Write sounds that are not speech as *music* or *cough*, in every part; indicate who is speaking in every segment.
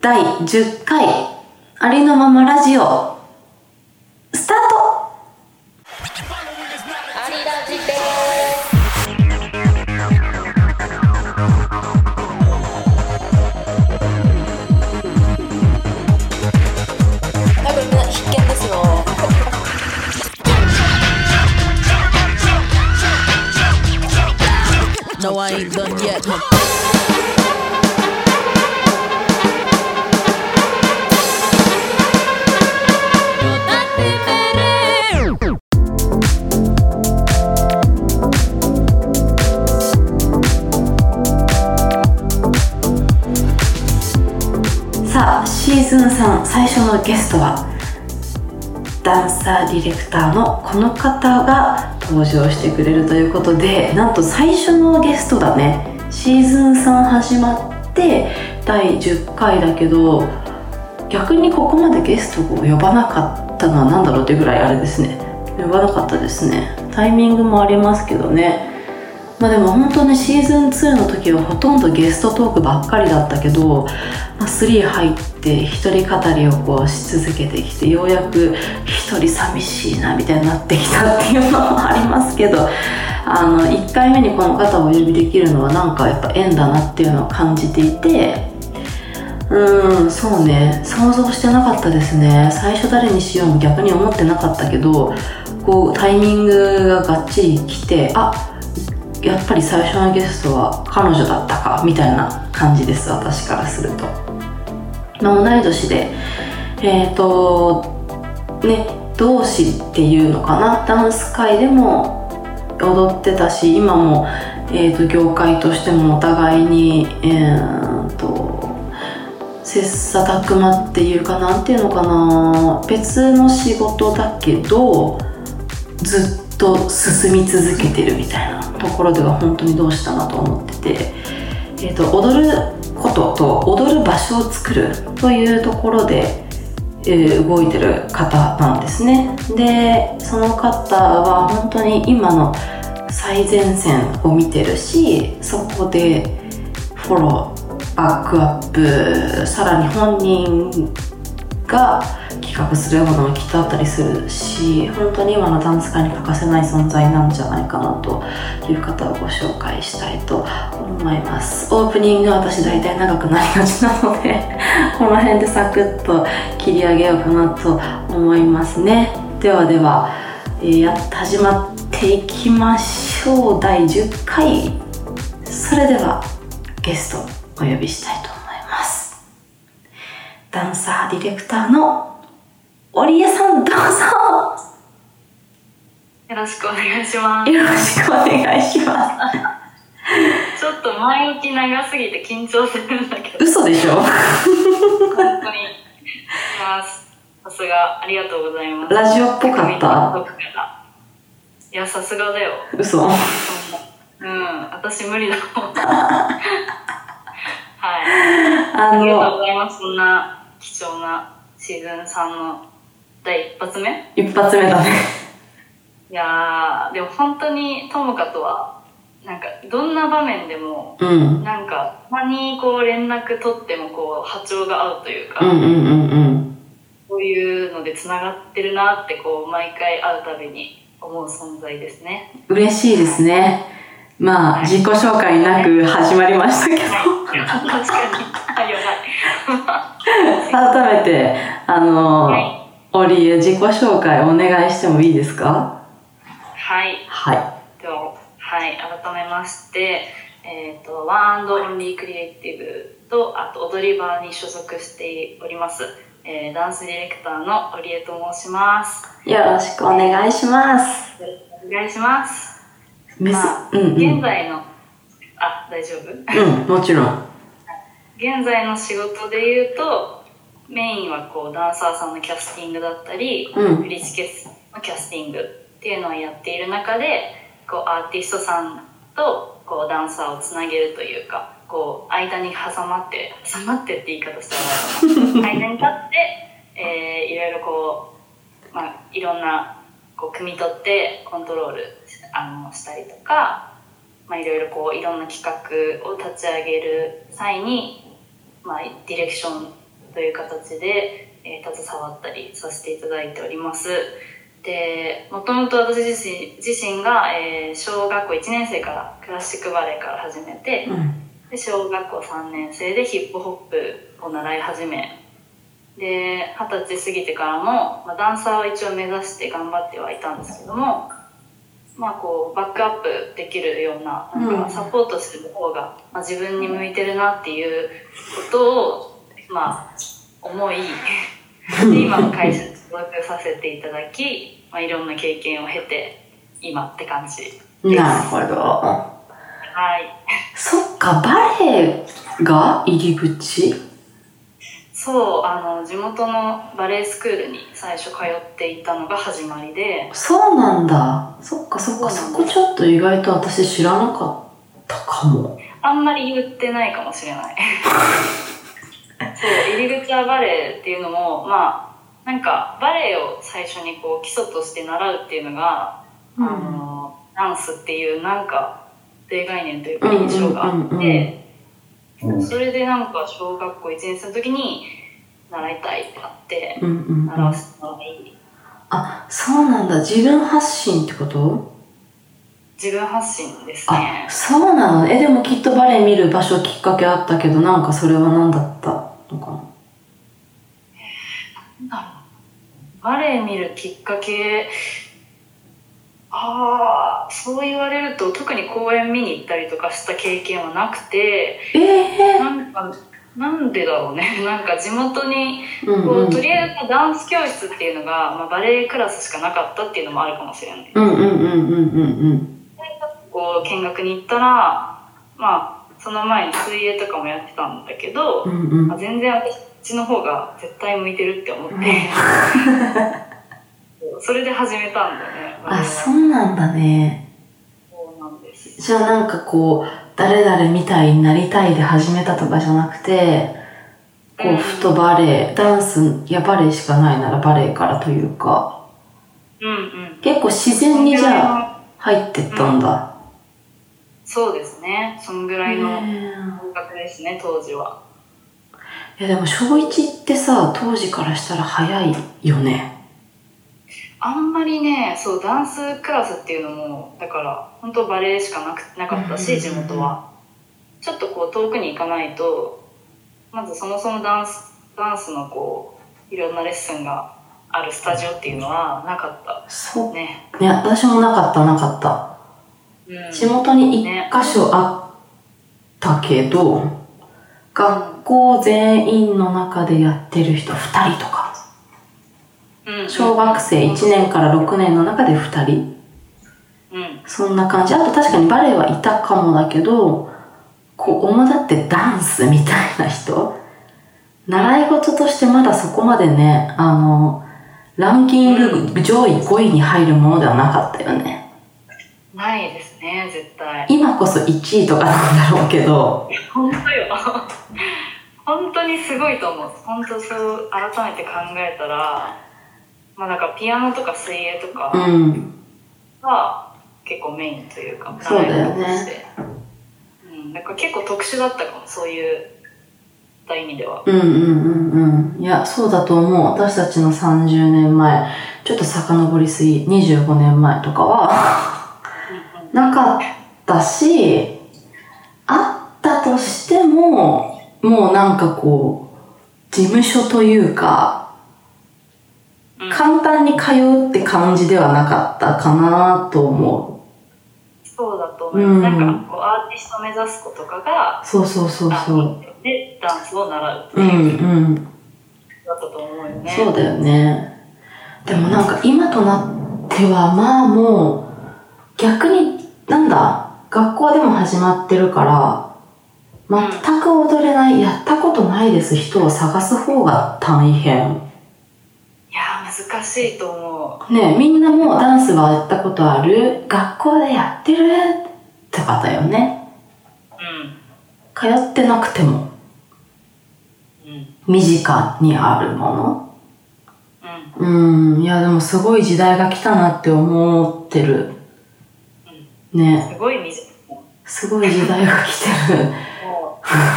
Speaker 1: 第10回ありのままラジオスタート
Speaker 2: ありラジでー多分みんな必見ですよ
Speaker 1: さあシーズン3最初のゲストはダンサーディレクターのこの方が登場してくれるということでなんと最初のゲストだねシーズン3始まって第10回だけど逆にここまでゲストを呼ばなかったのは何だろうってぐらいあれですね呼ばなかったですねタイミングもありますけどねまあでも本当ねシーズン2の時はほとんどゲストトークばっかりだったけど、まあ、3入って一人語りをこうし続けてきてようやく一人寂しいなみたいになってきたっていうのもありますけど *laughs* あの1回目にこの方をお呼びできるのはなんかやっぱ縁だなっていうのを感じていてうーんそうね想像してなかったですね最初誰にしようも逆に思ってなかったけどこうタイミングががっちり来てあやっぱり最初のゲストは彼女だったかみたいな感じです私からすると、まあ、同い年でえっ、とね同志っていうのかなダンス界でも踊ってたし今も、えー、と業界としてもお互いにえー、と切磋琢磨っていうかなんていうのかな別の仕事だけどずっと進み続けてるみたいなところでは本当にどうしたなと思ってて、えー、と踊ることと踊る場所を作るというところで、えー動いてる方なんですねでその方は本当に今の最前線を見てるしそこでフォローバックアップさらに本人が企画するようなものもきっとあったりするし本当に今のダンス界に欠かせない存在なんじゃないかなという方をご紹介したいと思いますオープニングは私大体長くなりがちなので *laughs* この辺でサクッと切り上げようかなと思いますねではでは、えーやっと始まっていきましょう第10回それではゲストをお呼びしたいと思いますダンサーディレクターの織江さんどうぞ
Speaker 3: よろしくお願いします。
Speaker 1: よろしくお願いします
Speaker 3: ちょっと前置き長すぎて緊張するんだけど、
Speaker 1: 嘘でしょ
Speaker 3: 本当に。います。さすが、ありがとうございます。
Speaker 1: ラジオっぽかった
Speaker 3: いや、さすがだよ。
Speaker 1: 嘘
Speaker 3: そんなうん、私無理だもん。はい。
Speaker 1: あ
Speaker 3: ありがとう
Speaker 1: の
Speaker 3: ございます。そんな貴重なシーズン3の第一発目
Speaker 1: 一発目だね
Speaker 3: いやー、でも本当にともかとは、なんか、どんな場面でも、
Speaker 1: うん
Speaker 3: なんかたまにこう連絡取ってもこう波長が合うという
Speaker 1: う
Speaker 3: か、
Speaker 1: んうんうんうん
Speaker 3: こういうのでつながってるなってこう毎回会うたびに思う存在ですね。
Speaker 1: 嬉しいですねまあ自己紹介なく始まりましたけど
Speaker 3: はい、 *laughs* 確かに。あ、や
Speaker 1: 改めてあの、
Speaker 3: ばい。はい。
Speaker 1: 織江自己紹介お願いしてもいいですか
Speaker 3: はい。
Speaker 1: はい
Speaker 3: では、はい、改めまして、えっ、と、ワンオンリークリエイティブと、あと、踊り場に所属しております、えーダンスディレクターの織江と申します。
Speaker 1: よろしくお願いします
Speaker 3: お願いします。
Speaker 1: めす
Speaker 3: まあ
Speaker 1: うんうん
Speaker 3: 現在のあ大丈夫
Speaker 1: うんもちろん
Speaker 3: 現在の仕事で言うとメインはこうダンサーさんのキャスティングだったり
Speaker 1: うん
Speaker 3: 振り付け師のキャスティングっていうのをやっている中でこうアーティストさんとこうダンサーをつなげるというかこう間に挟まって挟まってって言い方したらあれだな間に立って、えーいろいろこう、まあ、いろんなこう汲み取ってコントロールあのしたりとかまあ、いろいろこういろんな企画を立ち上げる際に、まあ、ディレクションという形で、えー、携わったりさせていただいております。で、もともと私自身自身が、えー小学校1年生からクラシックバレエから始めて、
Speaker 1: うん
Speaker 3: で小学校3年生でヒップホップを習い始めで二十歳過ぎてからも、まあ、ダンサーを一応目指して頑張ってはいたんですけども、まあ、こうバックアップできるようななん
Speaker 1: うん
Speaker 3: かサポートする方が、まあ、自分に向いてるなっていうことを、まあ、思いで今の会社に所属させていただき、まあ、いろんな経験を経て今って感じ。
Speaker 1: なるほど
Speaker 3: はい
Speaker 1: そっかバレエが入り口
Speaker 3: そうあの地元のバレエスクールに最初通っていたのが始まりで
Speaker 1: そうなんだそっかそっかそこちょっと意外と私知らなかったかも
Speaker 3: あんまり言ってないかもしれないそう入り口はバレエっていうのもまあなんかバレエを最初にこう基礎として習うっていうのが、あのダンスっていうなんか定概念というか印象があって、
Speaker 1: うんうんうん
Speaker 4: うん
Speaker 3: それでなんか小学校1年生の時に習いたいってなって
Speaker 1: うんうん
Speaker 3: 習わせてもらい
Speaker 1: あそうなんだ自分発信ってこと
Speaker 3: 自分発信です
Speaker 1: あ
Speaker 3: ね
Speaker 1: そうなのえでもきっとバレエ見る場所きっかけあったけどなんかそれは何だったのかな
Speaker 3: なんだろうバレエ見るきっかけああそう言われると特に公演見に行ったりとかした経験はなくて
Speaker 1: ええ
Speaker 3: なんかなんでだろうね *laughs* なんか地元に
Speaker 1: うん
Speaker 3: こ
Speaker 1: う
Speaker 3: うんとりあえずダンス教室っていうのが、まあ、バレエクラスしかなかったっていうのもあるかもしれない
Speaker 1: うんうんうんうんうん
Speaker 3: こう見学に行ったらまあその前に水泳とかもやってたんだけど
Speaker 1: う、んうん
Speaker 3: あ全然私の方が絶対向いてるっ
Speaker 1: *laughs*
Speaker 3: て思って、それで始めたんだよね
Speaker 1: あそううなんだね
Speaker 3: そうなんです
Speaker 1: じゃあなんかこう誰々みたいになりたいで始めたとかじゃなくてこうふとバレエダンスやバレエしかないならバレエからというか
Speaker 3: うんうん
Speaker 1: 結構自然にじゃあ
Speaker 3: あ
Speaker 1: 入ってったんだ
Speaker 3: そうですねそんぐらい
Speaker 1: へ
Speaker 3: の
Speaker 1: え
Speaker 3: 感覚ですね当時はい
Speaker 1: やでも小1ってさ当時からしたら早いよね
Speaker 3: あんまりねそうダンスクラスっていうのもだから本当バレエしかなくなかった
Speaker 1: うん
Speaker 3: し地元はちょっとこう遠くに行かないとまずそもそもダンスダンスのこういろんなレッスンがあるスタジオっていうのはなかった
Speaker 1: そ
Speaker 3: ね
Speaker 1: うね私もなかったなかった
Speaker 3: うん
Speaker 1: 地元に1箇所あったけど、学校全員の中でやってる人2人とか
Speaker 3: うん
Speaker 1: 小学生1年から6年の中で2人
Speaker 3: うん
Speaker 1: そんな感じあと確かにバレエはいたかもだけどこう主だってダンスみたいな人習い事としてまだそこまでねあのランキング上位5位に入るものではなかったよね
Speaker 3: ないですね絶対
Speaker 1: 今こそ1位とかなんだろうけど
Speaker 3: 本当よ *laughs* 本当にすごいと思う本当そう改めて考えたらまあなんかピアノとか水泳と
Speaker 1: う
Speaker 3: か
Speaker 1: ん
Speaker 3: が結構メインというか
Speaker 1: そうだよね
Speaker 3: 習い事としてうん、なんか結構特殊だったかもそういうった意味では
Speaker 1: うんうんうんうんいやそうだと思う私たちの30年前ちょっと遡りすぎ25年前とかはなかったし、あったとしても、もうなんかこう、事務所というか、
Speaker 3: うん
Speaker 1: 簡単に通うって感じではなかったかなと思
Speaker 3: そうだと思う、
Speaker 1: うん
Speaker 3: なんかこうアーティスト目指す子とかが
Speaker 1: う。そうそうそう
Speaker 3: あ
Speaker 1: そう。
Speaker 3: でダンスを習うっ
Speaker 1: う
Speaker 3: て
Speaker 1: ん
Speaker 3: いう
Speaker 1: うん。
Speaker 3: だったと思うよね、
Speaker 1: そうだよね。でもなんか今となってはまあもう逆になんだ学校でも始まってるから全く踊れないやったことないです人を探す方が大変。
Speaker 3: いやー難しいと思う
Speaker 1: ねえみんなもうダンスはやったことある学校でやってるって方よね。
Speaker 3: う
Speaker 1: 通ってなくても
Speaker 3: んうん
Speaker 1: 身近にあるもの。
Speaker 3: うん
Speaker 1: うんいやでもすごい時代が来たなって思ってる。ね
Speaker 3: すごい短いも
Speaker 1: すごい時代が来てる。
Speaker 3: う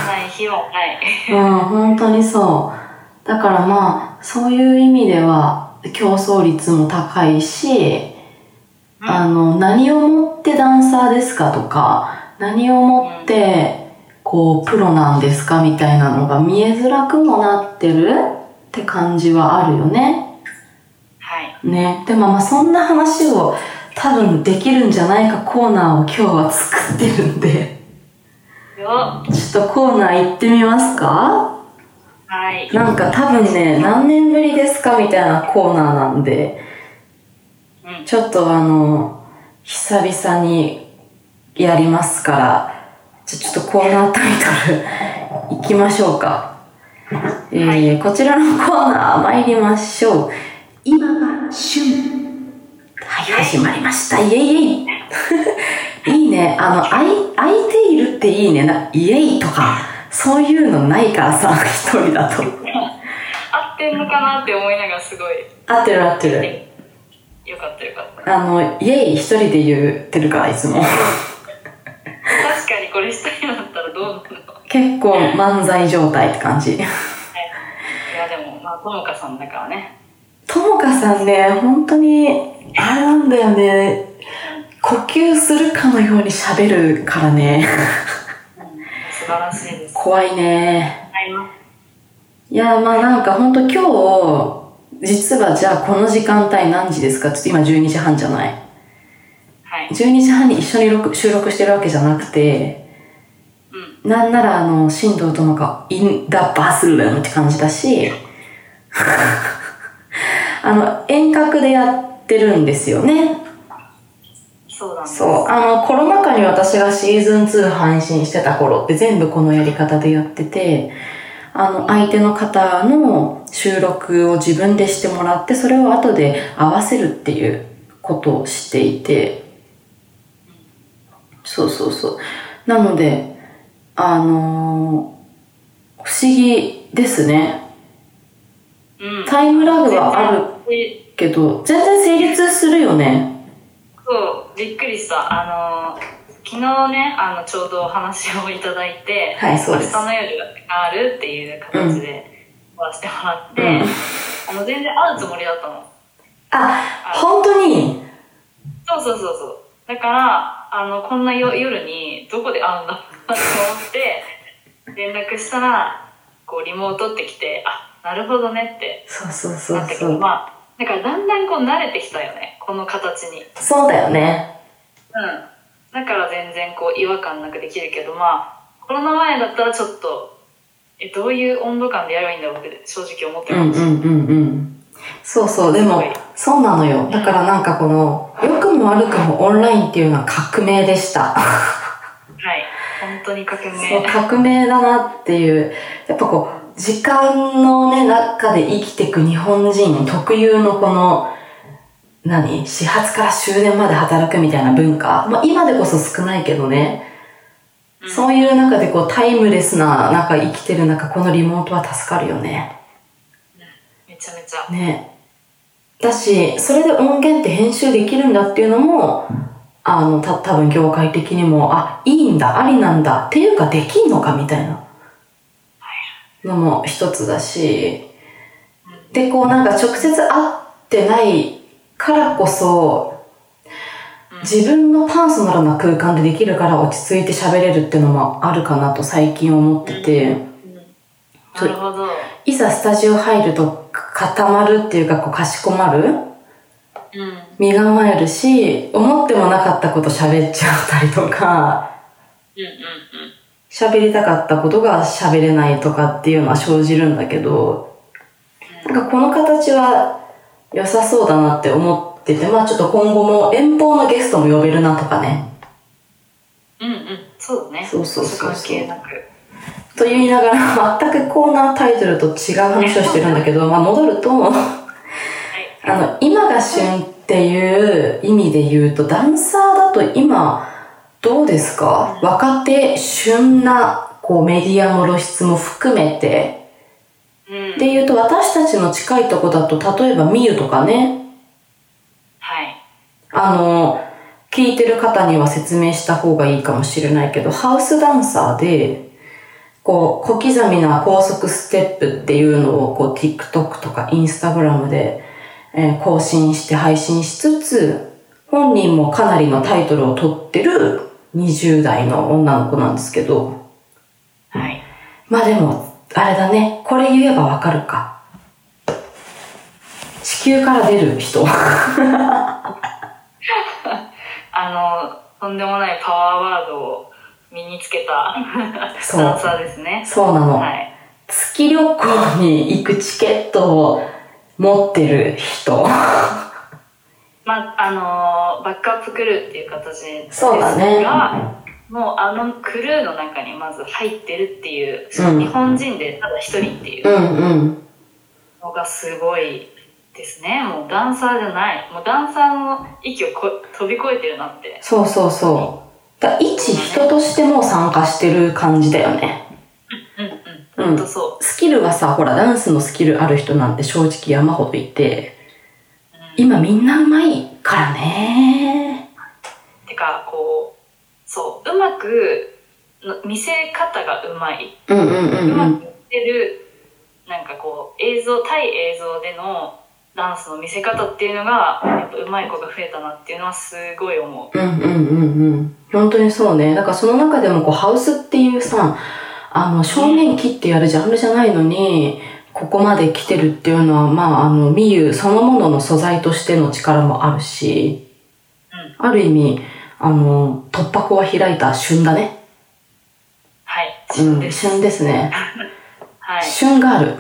Speaker 3: ない日はない
Speaker 1: うん、本当にそう。だからまあ、そういう意味では競争率も高いし、
Speaker 3: うん
Speaker 1: *laughs* あの、何をもってダンサーですかとか、何をもって、こう、プロなんですかみたいなのが見えづらくもなってるって感じはあるよね。
Speaker 3: はい。
Speaker 1: ね。でもまあ、そんな話を多分できるんじゃないかコーナーを今日は作ってるんで、
Speaker 3: よ
Speaker 1: ちょっとコーナー行ってみますか
Speaker 3: はい。
Speaker 1: なんか多分ね、何年ぶりですかみたいなコーナーなんで、
Speaker 3: うん。
Speaker 1: ちょっとあの、久々にやりますから、じゃあちょっとコーナータイトル *laughs* 行きましょうか。えー
Speaker 3: はい
Speaker 1: こちらのコーナー参りましょう。今が旬。はい、始まりました。イエイイエイ。いい *laughs* ね。あの、あい、空いているっていいね。なイエイとか、そういうのないからさ、 *laughs* 一人だと。
Speaker 3: 合ってんのかなって思いながらすごい。
Speaker 1: 合ってる合ってる。
Speaker 3: よかったよかった。
Speaker 1: あの、イエイ一人で言ってるから、いつも。
Speaker 3: 確かにこれ一人だったらどうなの
Speaker 1: 結構漫才状態って感じ。
Speaker 3: いやでも、まあ、ともかさんだからね。
Speaker 1: ともかさんね、本当に、あれなんだよね。呼吸するかのように喋るからね。
Speaker 3: 素晴らしいです。
Speaker 1: 怖いね。
Speaker 3: はい。
Speaker 1: いや、まあなんか本当今日、実はじゃあこの時間帯何時ですかちょっと今12時半じゃない。
Speaker 3: はい。
Speaker 1: 12時半に一緒に録収録してるわけじゃなくて、なんならあの、進藤ともか、インダバスルームって感じだし、 *laughs* あの、遠隔でやってるんですよね。
Speaker 3: そうなんです。
Speaker 1: そう。あの、コロナ禍に私がシーズン2配信してた頃って全部このやり方でやってて、あの、相手の方の収録を自分でしてもらって、それを後で合わせるっていうことをしていて、そうそうそう。なので、あのー不思議ですね。
Speaker 3: うん。
Speaker 1: タイムラグはある
Speaker 3: る。
Speaker 1: けど、全然成立するよね。
Speaker 3: そう、びっくりした。あのー、昨日ね、あの、ちょうどお話をいただいて、
Speaker 1: はい、そ
Speaker 3: 明
Speaker 1: うで
Speaker 3: 日
Speaker 1: す。
Speaker 3: の夜があるっていう形で、終わしてもらって、
Speaker 1: うん
Speaker 3: あの、全然会うつもりだったの。
Speaker 1: あ、本当に、
Speaker 3: そうそうそうそう。だから、あの、こんなよ夜にどこで会うんだろうなと思って、連絡したら、こう、リモートって来て、あ、なるほどねって
Speaker 1: そうそうそ
Speaker 3: な
Speaker 1: う
Speaker 3: ったけ
Speaker 1: そ
Speaker 3: ど、
Speaker 1: う。
Speaker 3: まあ、だからだんだんこう慣れてきたよね、この形に。うん。
Speaker 1: そうだよね。
Speaker 3: だから全然こう、違和感なくできるけど、まあ、コロナ前だったらちょっと、え、どういう温度感でやればいいんだろうって正直思って
Speaker 1: うん
Speaker 3: ま
Speaker 1: う
Speaker 3: した。
Speaker 1: んうんうん。そうそう、でも
Speaker 3: すごい、
Speaker 1: そうなのよ。だからなんかこの、良くも悪くもオンラインっていうのは革命でした。
Speaker 3: はい。本当に革命。
Speaker 1: そう、革命だなっていう。やっぱこう、時間のね、中で生きていく日本人特有のこの、何始発から終電まで働くみたいな文化。まあ今でこそ少ないけどね。
Speaker 3: うん
Speaker 1: そういう中でこう、タイムレスな中生きてる中、このリモートは助かるよね。
Speaker 3: めちゃめちゃ。
Speaker 1: ねだしそれで音源って編集できるんだっていうのもあのた多分業界的にもあいいんだありなんだっていうかできんのかみたいなのも一つだしでこうなんか直接会ってないからこそ
Speaker 3: うん
Speaker 1: 自分のパーソナルな空間でできるから落ち着いて喋れるっていうのもあるかなと最近思ってて。
Speaker 3: なるほど。
Speaker 1: いざスタジオ入ると固まるっていうかこうかしこまる
Speaker 3: うん。
Speaker 1: 身構えるし思ってもなかったこと喋っちゃったりとか *laughs*
Speaker 3: うんうんうん。
Speaker 1: 喋りたかったことが喋れないとかっていうのは生じるんだけどなんかこの形は良さそうだなって思っててまあちょっと今後も遠方のゲストも呼べるなとかね
Speaker 3: うんうん、そうだね。
Speaker 1: そうそうそうそう
Speaker 3: 関係なく。
Speaker 1: と言いながら全くコーナータイトルと違う話をしてるんだけど、まあ、戻ると
Speaker 3: はい。
Speaker 1: あの、今が旬っていう意味で言うと、ダンサーだと今、どうですか若手、旬な、こう、メディアの露出も含めて。
Speaker 3: うん。
Speaker 1: で言うと、私たちの近いとこだと、例えば、ミユとかね、
Speaker 3: はい。
Speaker 1: あの、聞いてる方には説明した方がいいかもしれないけど、ハウスダンサーで、こう、小刻みな高速ステップっていうのを、こう、TikTok とか Instagram で、えー更新して配信しつつ、本人もかなりのタイトルを取ってる20代の女の子なんですけど、
Speaker 3: はい。
Speaker 1: まあでも、あれだね、これ言えばわかるか。地球から出る人。 *laughs*
Speaker 3: あの、とんでもないパワーワードを身につけた
Speaker 1: そう
Speaker 3: ダンサーですね。
Speaker 1: そうなの。
Speaker 3: はい。
Speaker 1: 月旅行に行くチケットを持ってる人。
Speaker 3: まあ、あのバックアップクルーっていう形です
Speaker 1: そうだね
Speaker 3: が、もうあのクルーの中にまず入ってるっていう、
Speaker 1: うん
Speaker 3: 日本人でただ一人っていううん
Speaker 1: うん。
Speaker 3: のがすごいですね。もうダンサーじゃない。もうダンサーの域をこ飛び越えてるなって。
Speaker 1: そうそうそう。だ一人としても参加してる感じだよね。
Speaker 3: うんうん。
Speaker 1: うん
Speaker 3: 本当そ
Speaker 1: スキルがさ、ほら、ダンスのスキルある人なんて正直山ほどいて、
Speaker 3: う。うん
Speaker 1: 今みんな上手いからね。
Speaker 3: てか、こう、そう、うまくの、見せ方がうまい。
Speaker 1: うんうんう
Speaker 3: うん
Speaker 1: う
Speaker 3: ま
Speaker 1: ん。
Speaker 3: くいってる、なんかこう映像対映像でのダンスの見せ方っていうのがやっぱ上手い子が増えたなっていうのはすごい思
Speaker 1: うんうんうんうん。本当にそうね。だからその中でもこう、ハウスっていうさ、あの、正面切ってやるジャンルじゃないのに、ここまで来てるっていうのは、まあ、あの、ミユそのものの素材としての力もあるし、ある意味、あの、突破口は開いた旬だね。
Speaker 3: うはい
Speaker 1: うん、
Speaker 3: です、
Speaker 1: 旬ですね。
Speaker 3: はい
Speaker 1: 旬がある。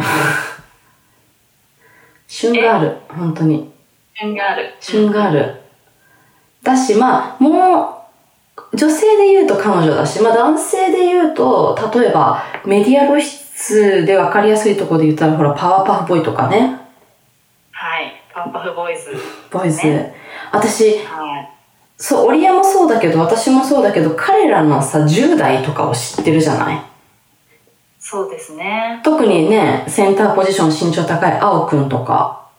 Speaker 1: 旬がある。本当に。
Speaker 3: 旬がある
Speaker 1: 旬がある。だし、まあ、もう、女性で言うと彼女だし、まあ男性で言うと、例えばメディア露出で分かりやすいところで言ったら、ほら、パワーパフボーイとかね、
Speaker 3: はいパンパフボーイズ
Speaker 1: ボーイズ。
Speaker 3: ね
Speaker 1: 私、
Speaker 3: はい
Speaker 1: そう、オリアもそうだけど、私もそうだけど、彼らのさ、10代とかを知ってるじゃない
Speaker 3: そうですね
Speaker 1: 特にね、センターポジション身長高い青くんとか、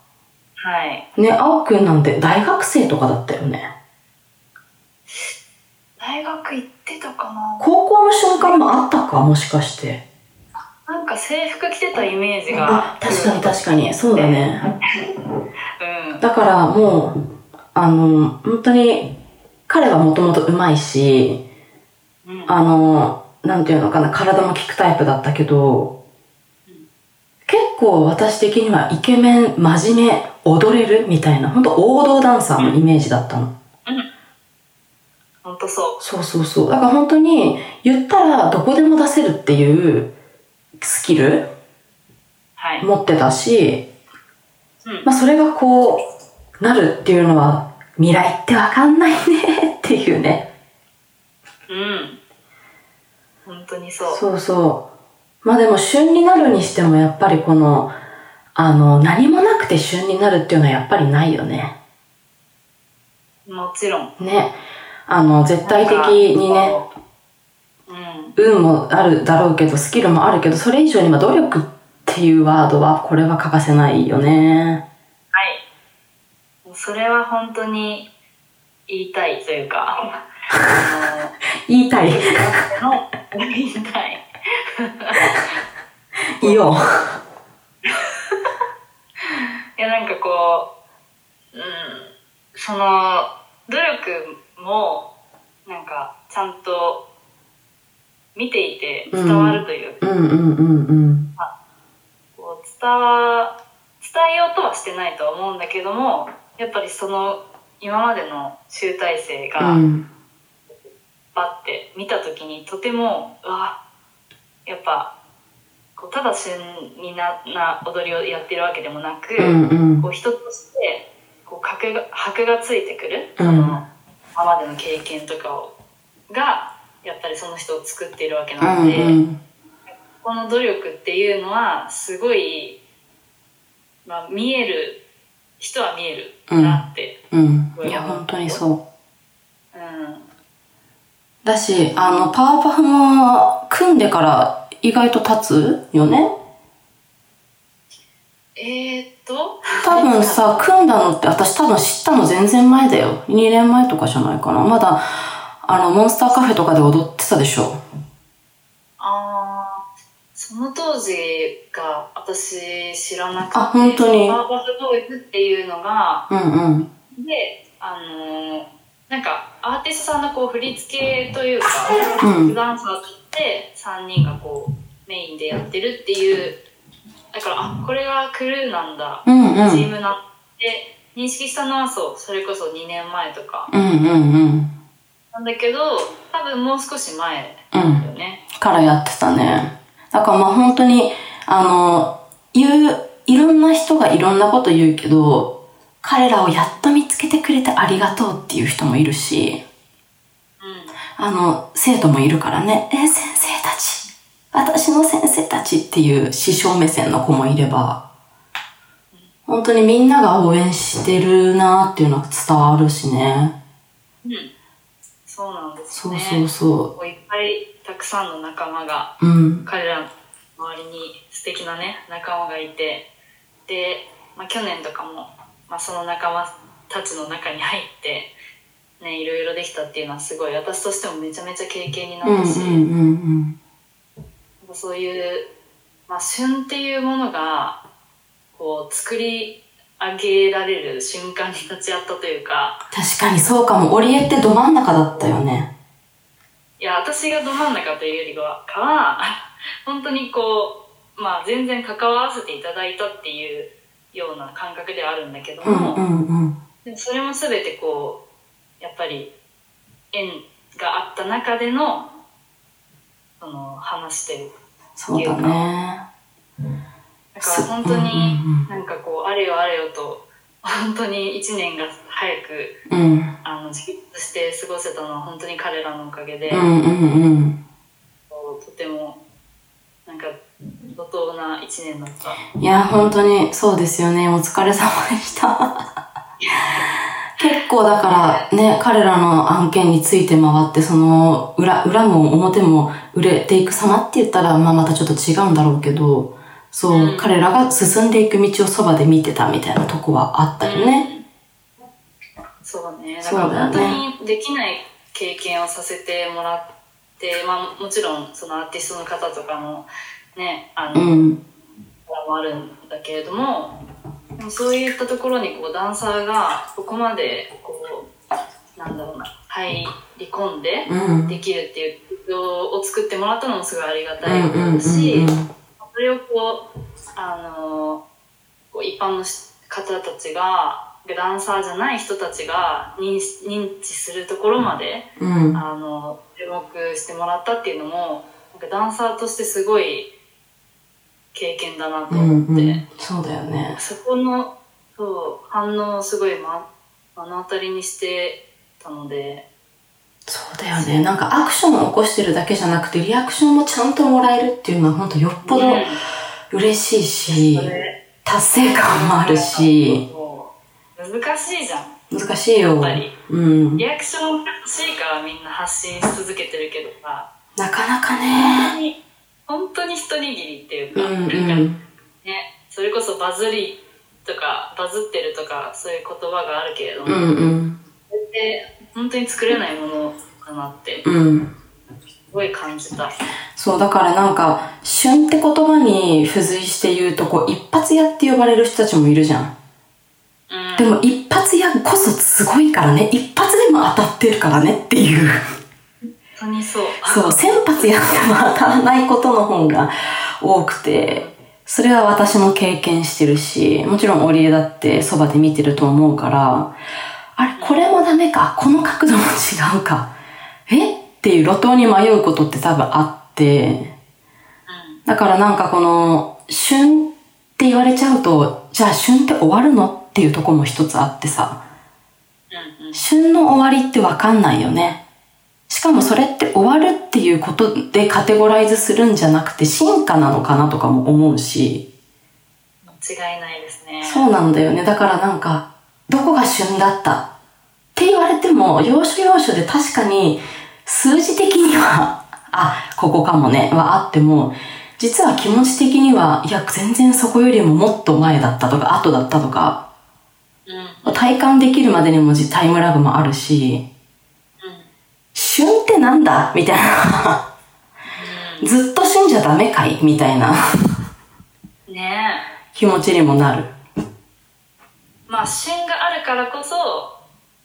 Speaker 3: はい
Speaker 1: ね、青くんなんて大学生とかだったよね。
Speaker 3: 大学行ってたかな
Speaker 1: 高校の瞬間もあったか、もしかして。
Speaker 3: なんか制服着てたイメージが
Speaker 1: あ、確かに確かに、そうだね。
Speaker 3: うん
Speaker 1: だからもう、あの、本当に、彼はもともと上手いし、
Speaker 3: うん
Speaker 1: あの、なんていうのかな、体も効くタイプだったけど、結構私的にはイケメン、真面目、踊れるみたいな、本当王道ダンサーのイメージだったの。
Speaker 3: 本当そ
Speaker 1: そうそうそう。だから本当に、言ったらどこでも出せるっていうスキル
Speaker 3: うはい
Speaker 1: 持ってたし、
Speaker 3: うん
Speaker 1: まあそれがこうなるっていうのは未来ってわかんないねっていうね
Speaker 3: うん本当にそう
Speaker 1: そうそうまあでも旬になるにしてもやっぱりこのあの何もなくて旬になるっていうのはやっぱりないよね
Speaker 3: もちろん
Speaker 1: ねあの絶対的にね
Speaker 3: うん
Speaker 1: 運もあるだろうけどスキルもあるけどそれ以上にまあ努力っていうワードはこれは欠かせないよね
Speaker 3: はい。もうそれは本当に言いたいというか、あ
Speaker 1: 言いたい
Speaker 3: の、言いたい。
Speaker 1: いいよ
Speaker 3: いや、なんかこう、うん、その、努力も、なんか、ちゃんと、見ていて伝わるというか、
Speaker 1: うんうんうんうん
Speaker 3: こう伝わ、伝えようとはしてないとは思うんだけども、やっぱりその、今までの集大成が、
Speaker 1: うん
Speaker 3: バッて見た時にとてもうわやっぱこうただ旬になな踊りをやってるわけでもなく、
Speaker 1: うんうん
Speaker 3: こう人としてこう格が箔がついてくる、
Speaker 1: うん
Speaker 3: その今までの経験とかをがやっぱりその人を作っているわけ
Speaker 1: う
Speaker 3: なの
Speaker 1: ん
Speaker 3: で、
Speaker 1: うん
Speaker 3: この努力っていうのはすごい、まあ、見える人は見えるなって、
Speaker 1: うんいや本当にそ
Speaker 3: うん
Speaker 1: うだしあのパワーパフも組んでから意外と立つよね
Speaker 3: えー、っと
Speaker 1: 多分さ組んだのって私多分知ったの全然前だよ2年前とかじゃないかなまだあのモンスターカフェとかで踊ってたでしょ
Speaker 3: あーその当時が私知らなくて、
Speaker 1: あ本当に
Speaker 3: バーバスボーイズっていうのが、
Speaker 1: うんうん
Speaker 3: で、あのーなんかアーティストさんのこう振り付けというか、
Speaker 1: うん
Speaker 3: ダンサーって3人がこうメインでやってるっていう、だから、あ、これがクルーなんだ、
Speaker 1: うんうん
Speaker 3: チームなんて認識したのはそう、それこそ2年前とか
Speaker 1: うんうんうん
Speaker 3: なんだけど、多分もう少し前
Speaker 1: う
Speaker 3: だ
Speaker 1: ん
Speaker 3: よね。
Speaker 1: からやってたね。だからまあ本当に、あの、言う、いろんな人がいろんなこと言うけど、彼らをやっと見つけてくれてありがとうっていう人もいるし、
Speaker 3: うん
Speaker 1: あの、生徒もいるからね、え、先生たち、私の先生たちっていう師匠目線の子もいれば、本当にみんなが応援してるなっていうのが伝わるしね。
Speaker 3: うん、そうなんです
Speaker 1: そう
Speaker 3: ね。
Speaker 1: そうそ
Speaker 3: こういっぱいたくさんの仲間が
Speaker 1: う。うん。
Speaker 3: 彼らの周りに素敵なね仲間がいてで、まあ、去年とかも、まあ、その仲間たちの中に入って、ね、いろいろできたっていうのはすごい私としてもめちゃめちゃ経験にな
Speaker 1: うんうん
Speaker 3: ったし、
Speaker 1: うん
Speaker 3: そういう、まあ、旬っていうものがこう作り上げられる瞬間に立ち会ったというか。
Speaker 1: 確かにそうかも。オリエってど真ん中だったよね。
Speaker 3: いや、私がど真ん中というよりは、かは、 *laughs* 本当にこう、まあ全然関わらせていただいたっていうような感覚ではあるんだけど
Speaker 1: うん
Speaker 3: も、
Speaker 1: うんうん。
Speaker 3: でもそれも全てこう、やっぱり縁があった中での、その話というか、
Speaker 1: そうだね。
Speaker 3: だから本当に
Speaker 1: うん
Speaker 3: なんかこう、あれよあれよと、本当に一年が早く、
Speaker 1: うんうん。
Speaker 3: あの、自立して過ごせたのは本当に彼らのおかげで、
Speaker 1: うんうんうん
Speaker 3: とてもなんか怒涛な一年だった
Speaker 1: うん。いや、本当にそうですよね。お疲れ様でした。 *laughs* 結構だからね、彼らの案件について回って、その裏、裏も表も売れていく様って言ったら、まあまたちょっと違うんだろうけど、そう、
Speaker 3: うん
Speaker 1: 彼らが進んでいく道をそばで見てたみたいなとこはあったよね。
Speaker 3: そうねだ
Speaker 1: そう
Speaker 3: か
Speaker 1: だ
Speaker 3: ら
Speaker 1: よね
Speaker 3: 本当にできない経験をさせてもらって、まあ、もちろんそのアーティストの方とかのねあ
Speaker 1: う
Speaker 3: の、
Speaker 1: ん。
Speaker 3: もあるんだけれどもでもそういったところにこうダンサーがここまでこうなんだろうな入り込んで
Speaker 1: うん。
Speaker 3: できるっていう環境を作ってもらったのもすごいありが
Speaker 1: うん
Speaker 3: たい
Speaker 1: うんうん
Speaker 3: ことだし、
Speaker 1: うん。
Speaker 3: それをこう、あのこう一般のし方たちが、ダンサーじゃない人たちが認識認知するところまで、
Speaker 1: うん。
Speaker 3: あの注目してもらったっていうのも、なんかダンサーとしてすごい経験だなと
Speaker 1: うん
Speaker 3: 思って、
Speaker 1: うん、そうだよね。
Speaker 3: そこのそう反応をすごい、ま、目の当たりにしてたので、
Speaker 1: そうだよね。なんかアクションを起こしてるだけじゃなくて、リアクションもちゃんともらえるっていうのは本当よっぽど
Speaker 3: ね
Speaker 1: 嬉しいし
Speaker 3: そ、れ
Speaker 1: 達成感もあるし、
Speaker 3: そう難しいじゃん、
Speaker 1: 難しいよ
Speaker 3: やっぱ。り。
Speaker 1: うん。
Speaker 3: リアクションが欲しいからみんな発信し続けてるけどさ、
Speaker 1: なかなかね。
Speaker 3: 本当に、本当に一握りっていう
Speaker 1: う
Speaker 3: か、
Speaker 1: んう
Speaker 3: なんか
Speaker 1: ん。
Speaker 3: ね、それこそバズりとか、バズってるとか、そういう言葉があるけれども、
Speaker 1: うんうん。
Speaker 3: それって本当に作れないものかなって、す
Speaker 1: うん。
Speaker 3: ごい感じた。
Speaker 1: そう、だからなんか、旬って言葉に付随して言うと、こう、一発屋って呼ばれる人たちもいるじゃん。
Speaker 3: うん、
Speaker 1: でも一発屋こそすごいからね、一発でも当たってるからねっていう。
Speaker 3: 本当にそう。
Speaker 1: そう、1000発やっても当たらないことの方が多くて、それは私も経験してるし、もちろんオリエだってそばで見てると思うから、あれ、これもダメか、この角度も違うか、えっていう路頭に迷うことって多分あって、だからなんかこの、旬って言われちゃうと、じゃあ旬って終わるのっていうところも一つあってさ、
Speaker 3: うん、うん、うん。
Speaker 1: 旬の終わりってわかんないよね。しかもそれって終わるっていうことでカテゴライズするんじゃなくて進化なのかなとかも思うし、
Speaker 3: 間違いないですね。
Speaker 1: そうなんだよね。だからなんか、どこが旬だったって言われても、要所要所で確かに数字的には、あ、ここかもね、はあっても、実は気持ち的には、いや、全然そこよりももっと前だったとか、後だったとか、
Speaker 3: うん、うん。
Speaker 1: 体感できるまでにもじタイムラグもあるし、 *laughs* 旬ってなんだみたいな。ずっと旬んじゃダメかいみたいな
Speaker 3: ねえ
Speaker 1: 気持ちにもなる。
Speaker 3: まあ芯があるからこそ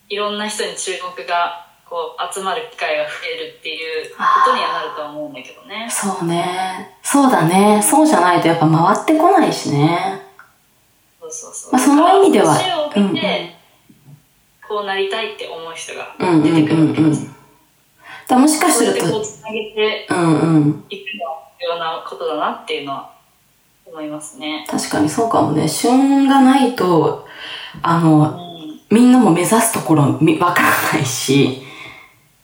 Speaker 3: いろんな人に注目がこう集まる機会が増えるっていうことにはなるとは思うんだけどね
Speaker 1: そうね。そうだね。そうじゃないとやっぱ回ってこないしね。
Speaker 3: そうそうそう、
Speaker 1: まあその意味では
Speaker 3: 年を経
Speaker 1: うん
Speaker 3: てこうなりたいって思う人が
Speaker 1: うんうん
Speaker 3: 出てく
Speaker 1: う
Speaker 3: るわ
Speaker 1: ん
Speaker 3: け
Speaker 1: うん。だ
Speaker 3: です
Speaker 1: からもしかす
Speaker 3: そうやっ
Speaker 1: る
Speaker 3: てこう
Speaker 1: と、
Speaker 3: つなげて
Speaker 1: うんうん。
Speaker 3: いくのは必要なことだなっていうのは思いますね
Speaker 1: 確かにそうかもね。旬がないと、あ
Speaker 3: う
Speaker 1: の、
Speaker 3: ん
Speaker 1: みんなも目指すところみわからないし、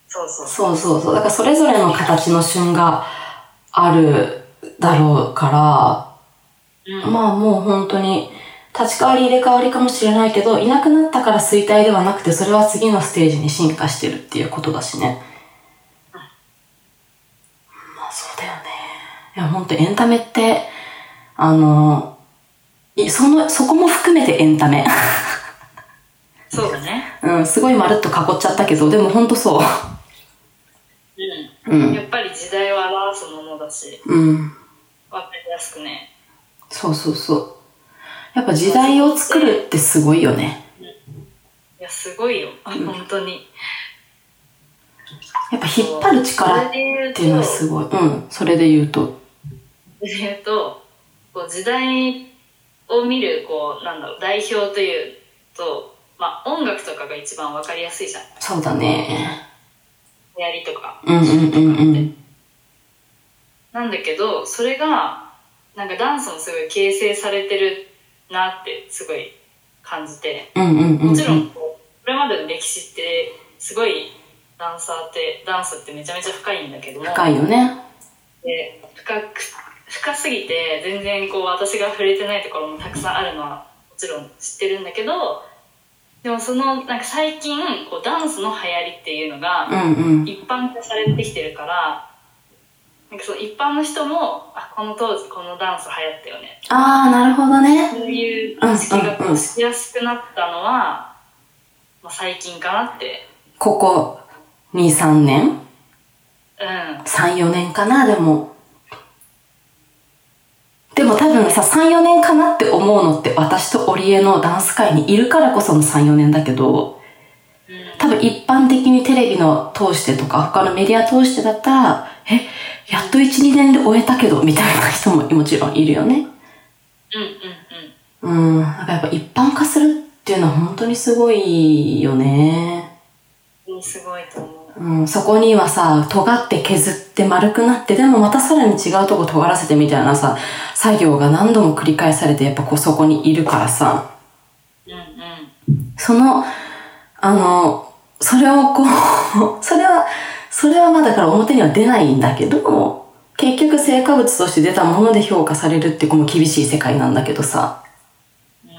Speaker 3: そうそうそ
Speaker 1: そ
Speaker 3: う
Speaker 1: うそうそう。だからそれぞれの形の旬があるだろうから、
Speaker 3: うん
Speaker 1: まあもう本当に、立ち代わり入れ替わりかもしれないけど、いなくなったから衰退ではなくて、それは次のステージに進化してるっていうことだしね。まあそうだよね。いや本当エンタメって、あの、いその、そこも含めてエンタメ。 *laughs*
Speaker 3: そうだね
Speaker 1: うん、すごいまるっと囲っちゃったけど、でも本当そう。う
Speaker 3: うん
Speaker 1: ん。
Speaker 3: やっぱり時代を表すものだし
Speaker 1: うん。
Speaker 3: 分かりやすくね
Speaker 1: そうそうそう。やっぱ時代を作るってすごいよね。
Speaker 3: いやすごいよ
Speaker 1: ん
Speaker 3: 本当に
Speaker 1: やっぱ引っ張る力
Speaker 3: それで言う
Speaker 1: っ
Speaker 3: と
Speaker 1: ていうのはすごい。うん。それで言うと。
Speaker 3: えっと、こう時代を見る、こう、なんだろう、代表というと、まあ、音楽とかが一番わかりやすいじゃん。
Speaker 1: そうだね。
Speaker 3: 流行りとか。
Speaker 1: うんうんうんうん。
Speaker 3: なんだけど、それが、なんかダンスもすごい形成されてるなって、すごい感じて。
Speaker 1: うんうんうんうん。
Speaker 3: もちろん、こう、これまでの歴史って、すごい、ダンサーって、ダンスってめちゃめちゃ深いんだけども。
Speaker 1: 深いよね。
Speaker 3: で深く深すぎて全然こう私が触れてないところもたくさんあるのはもちろん知ってるんだけどでもそのなんか最近こうダンスの流行りっていうの
Speaker 1: う
Speaker 3: が
Speaker 1: んうん。
Speaker 3: 一般化されてきてるからなんかその一般の人もあこの当時このダンス流行ったよね
Speaker 1: ああ、なるほどね。
Speaker 3: そういう認識が
Speaker 1: うんうんうん
Speaker 3: しやすくなったのは、まあ、最近かなって
Speaker 1: ここ2、3年
Speaker 3: うん
Speaker 1: ?3、4年かな、でも。でも多分さ、3、4年かなって思うのって私と織江のダンス界にいるからこその3、4年だけど、多分一般的にテレビの通してとか他のメディア通してだったら、え、やっと1、2年で終えたけど、みたいな人ももちろんいるよね。
Speaker 3: うんうんう
Speaker 1: う
Speaker 3: ん
Speaker 1: ん、なんかやっぱ一般化するっていうのは本当にすごいよね。
Speaker 3: うんすごいと思
Speaker 1: うん、そこにはさ、尖って削って丸くなって、でもまたさらに違うとこ尖らせてみたいなさ、作業が何度も繰り返されて、やっぱこうそこにいるからさ、
Speaker 3: ううんうん
Speaker 1: その、あの、それをこう、 *laughs* それは、それはまあだから表には出ないんだけど、結局成果物として出たもので評価されるってこの厳しい世界なんだけどさ。
Speaker 3: うん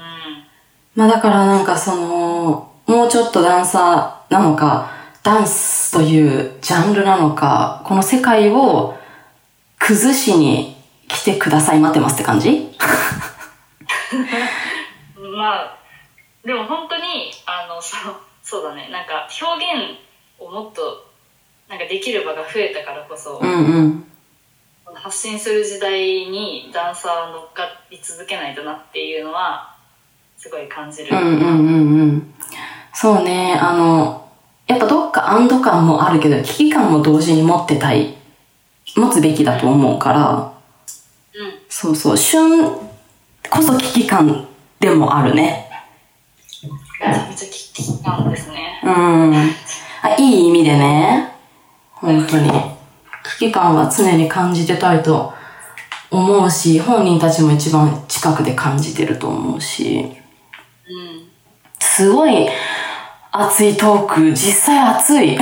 Speaker 1: まあだからなんかその、もうちょっとダンサーなのか、ダンスというジャンルなのか、この世界を崩しに来てください、待ってますって感じ
Speaker 3: まあでも本当にあのそのそうだねなんか表現をもっとなんかできる場が増えたからこそ、
Speaker 1: うんうん。
Speaker 3: 発信する時代にダンサーを乗っかり続けないとなっていうのはすごい感じる、
Speaker 1: うんうんうんうん。そうね、あの、やっぱどっか安堵感もあるけど、危機感も同時に持ってたい、持つべきだと思うから、
Speaker 3: うん
Speaker 1: そうそう、旬こそ危機感でもあるね。
Speaker 3: めちゃめちゃ危機感ですね
Speaker 1: うん。あ、いい意味でね。本当に。危機感は常に感じてたいと思うし、本人たちも一番近くで感じてると思うし。
Speaker 3: うん
Speaker 1: すごい熱いトーク、実際熱い。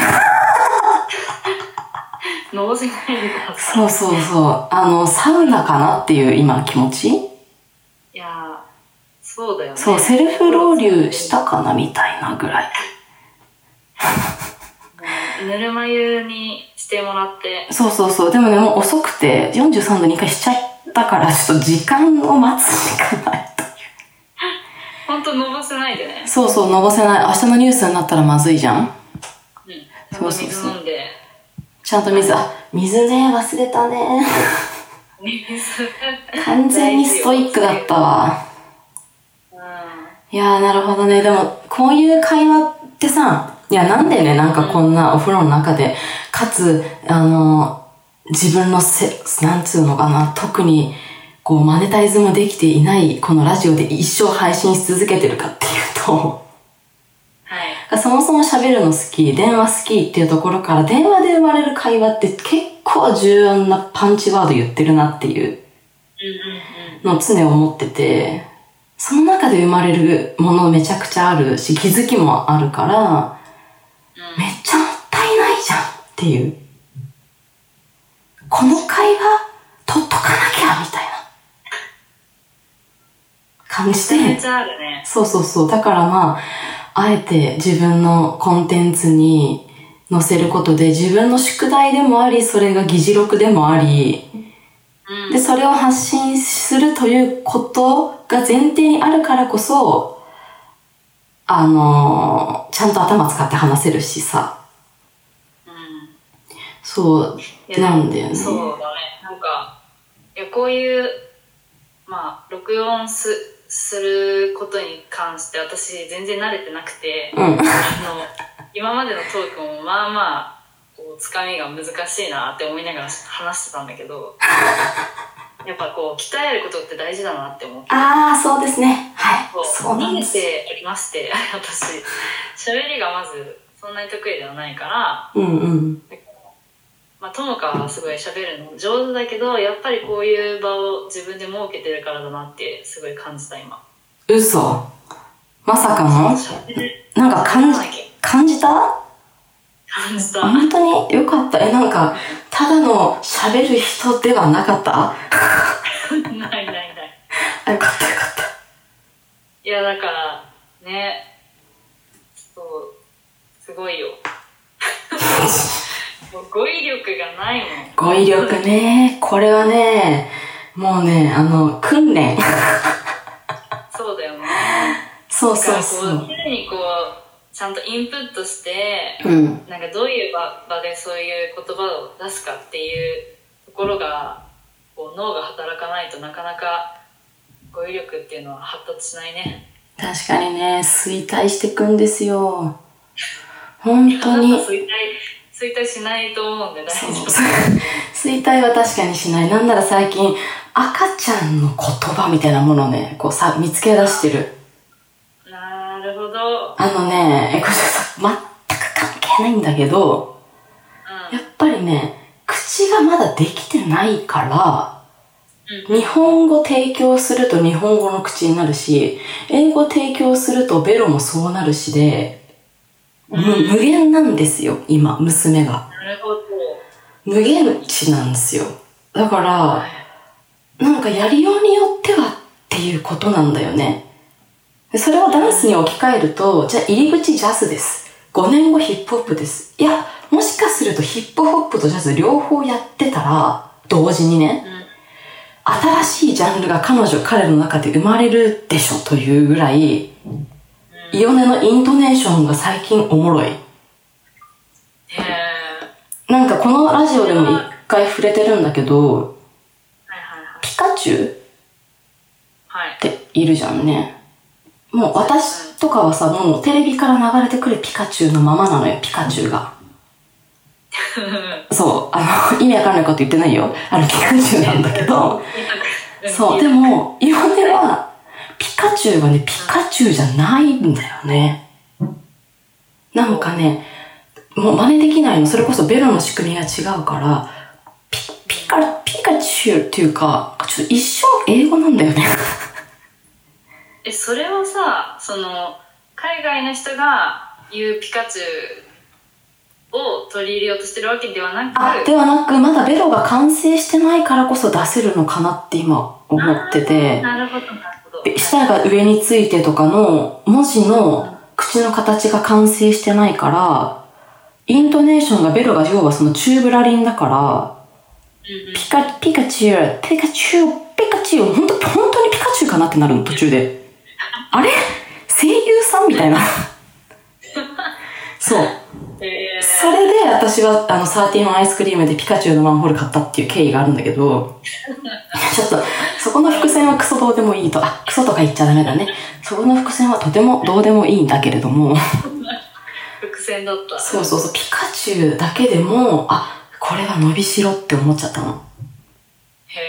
Speaker 3: 脳死ないでくださ
Speaker 1: そうそうそう。あの、サウナかなっていう今気持ち
Speaker 3: いいやーそうだよね
Speaker 1: そう、セルフロウリュしたかなみたいなぐらい。
Speaker 3: ぬるま湯にしてもらって
Speaker 1: そうそうそう。でもね、もう遅くて、43度に一回しちゃったから、ちょっと時間を待つしかないという。
Speaker 3: 本当のぼせないでね
Speaker 1: そうそう、のぼせない。明日のニュースになったらまずいじゃん。
Speaker 3: うんちゃんと水飲んで
Speaker 1: ちゃんと水、あ、水ね、忘れたね。完全にストイックだったわ。
Speaker 3: うん
Speaker 1: いやー、なるほどね。でも、こういう会話ってさ、いや、なんでね、なんかこんなお風呂の中で、かつ、あの、自分のせ、なんつうのかな、特に、こう、マネタイズもできていない、このラジオで一生配信し続けてるかっていうと、
Speaker 3: はい
Speaker 1: そもそも喋るの好き、電話好きっていうところから、電話で生まれる会話って結構重要なパンチワード言ってるなっていう
Speaker 3: うんうん
Speaker 1: のを常思ってて、その中で生まれるものめちゃくちゃあるし、気づきもあるから、
Speaker 3: うんうん
Speaker 1: めっちゃもったいないじゃんっていう。この会話、取っとかなきゃみたいな感じで。
Speaker 3: めっちゃあるね
Speaker 1: そうそうそう。だからまあ、あえて自分のコンテンツに載せることで、自分の宿題でもあり、それが議事録でもあり、
Speaker 3: うん
Speaker 1: で、それを発信するということが前提にあるからこそ、あのーちゃんと頭使って話せるしさ。
Speaker 3: うん
Speaker 1: そう、
Speaker 3: いや
Speaker 1: なんだよね
Speaker 3: そうだね。なんか、いやこういう、まあ、録音すすることに関して私全然慣れてなくて、
Speaker 1: うん。うん
Speaker 3: あの、今までのトークもまあまあ、こう、つかみが難しいなって思いながら話してたんだけど、やっぱこう、鍛えることって大事だなって思って。
Speaker 1: ああ、そうですね。はい
Speaker 3: こ。う
Speaker 1: そうなんで
Speaker 3: 逃
Speaker 1: す
Speaker 3: げ。ておりまして、私、喋りがまずそんなに得意ではないから、
Speaker 1: うんうん。
Speaker 3: まあ、ともかはすごい喋るの上手だけどやっぱりこういう場を自分で設けてるからだなってすごい感じた今
Speaker 1: 嘘。まさかの
Speaker 3: 喋る
Speaker 1: なんか感じ、感じた
Speaker 3: 感 *laughs* じた
Speaker 1: 本当によかった。え、なんか、ただの喋る人ではなかった
Speaker 3: ないないない
Speaker 1: あ、よかったよかっ
Speaker 3: いやだからねそうすご
Speaker 1: *laughs*
Speaker 3: いよもう語彙力がないもん
Speaker 1: た。語彙力ね。これはね、もうね、あの、訓練。
Speaker 3: そうだよね
Speaker 1: *laughs* そう
Speaker 3: だか
Speaker 1: そ
Speaker 3: ら
Speaker 1: うそ
Speaker 3: こ
Speaker 1: うう。
Speaker 3: 常にこうちゃんとインプットして
Speaker 1: うん。
Speaker 3: なんかどういう場場でそういう言葉を出すかっていうところがこう脳が働かないとなかなか語彙力っていうのは発達しないね。
Speaker 1: 確かにね、衰退してくんですよ。本当
Speaker 3: なん
Speaker 1: に。
Speaker 3: か衰退衰退しないと思うんで大
Speaker 1: そ
Speaker 3: 丈
Speaker 1: う
Speaker 3: 夫。
Speaker 1: *laughs* 衰退は確かにしない。なんなら最近、赤ちゃんの言葉みたいなものをね、こうさ、見つけ出してる。
Speaker 3: なるほど。
Speaker 1: あのね、え、これさ、全く関係ないんだけど、やっぱりね、口がまだできてないから、
Speaker 3: うん。うん。
Speaker 1: 日本語提供すると日本語の口になるし、英語提供するとベロもそうなるしで、む
Speaker 3: うん
Speaker 1: 無限なんですよ、今、娘が。
Speaker 3: なるほど。
Speaker 1: 無限値なんですよ。だから、なんかやりようによってはっていうことなんだよね。でそれをダンスに置き換えると、じゃあ入り口ジャズです。5年後ヒップホップです。いや、もしかするとヒップホップとジャズ両方やってたら、同時にね、
Speaker 3: うん。
Speaker 1: 新しいジャンルが彼女、彼の中で生まれるでしょというぐらい、
Speaker 3: うん。
Speaker 1: イオネのイントネーションが最近おもろい。
Speaker 3: へー
Speaker 1: なんかこのラジオでも一回触れてるんだけど、
Speaker 3: はいはいはい。
Speaker 1: ピカチュウ
Speaker 3: はい
Speaker 1: っ。ているじゃんね。もう私とかはさ、もうテレビから流れてくるピカチュウのままなのよ、ピカチュウが。そう、あの、意味 *laughs* わかんないこと言ってないよ。あの、ピカチュウなんだけど。そう、でも、イオネは、ピカチュウはね、ピカチュウじゃないんだよね。なんかね、もう真似できないの。それこそベロの仕組みが違うから、ピ、ピカ、ピカチュウっていうか、ちょっと一生英語なんだよね。
Speaker 3: えそれはさその海外の人が言うピカチュウを取り入れようとしてるわけではなく
Speaker 1: あ、ではなく、まだベロが完成してないからこそ出せるのかなって今思ってて、
Speaker 3: なるほどなるほど
Speaker 1: で舌が上についてとかの文字の口の形が完成してないから、イントネーションがベロが要はそのチューブラリンだから、
Speaker 3: うんうん
Speaker 1: ピカ、ピカチュウ、ピカチュウ、ピカチュウ、本当本当にピカチュウかなってなるの途中で。あれ声優さんみたいな。そう。
Speaker 3: えー
Speaker 1: それで私私はあの13アイスクリームでピカチュウのマンホール買ったっていう経緯があるんだけど、ちょっとそこの伏線はクソどうでもいいと、あ、クソとか言っちゃダメだね。そこの伏線はとてもどうでもいいんだけれども、
Speaker 3: 伏線だった。
Speaker 1: そうそうそう、ピカチュウだけでも、あ、これは伸びしろって思っちゃったの。
Speaker 3: へ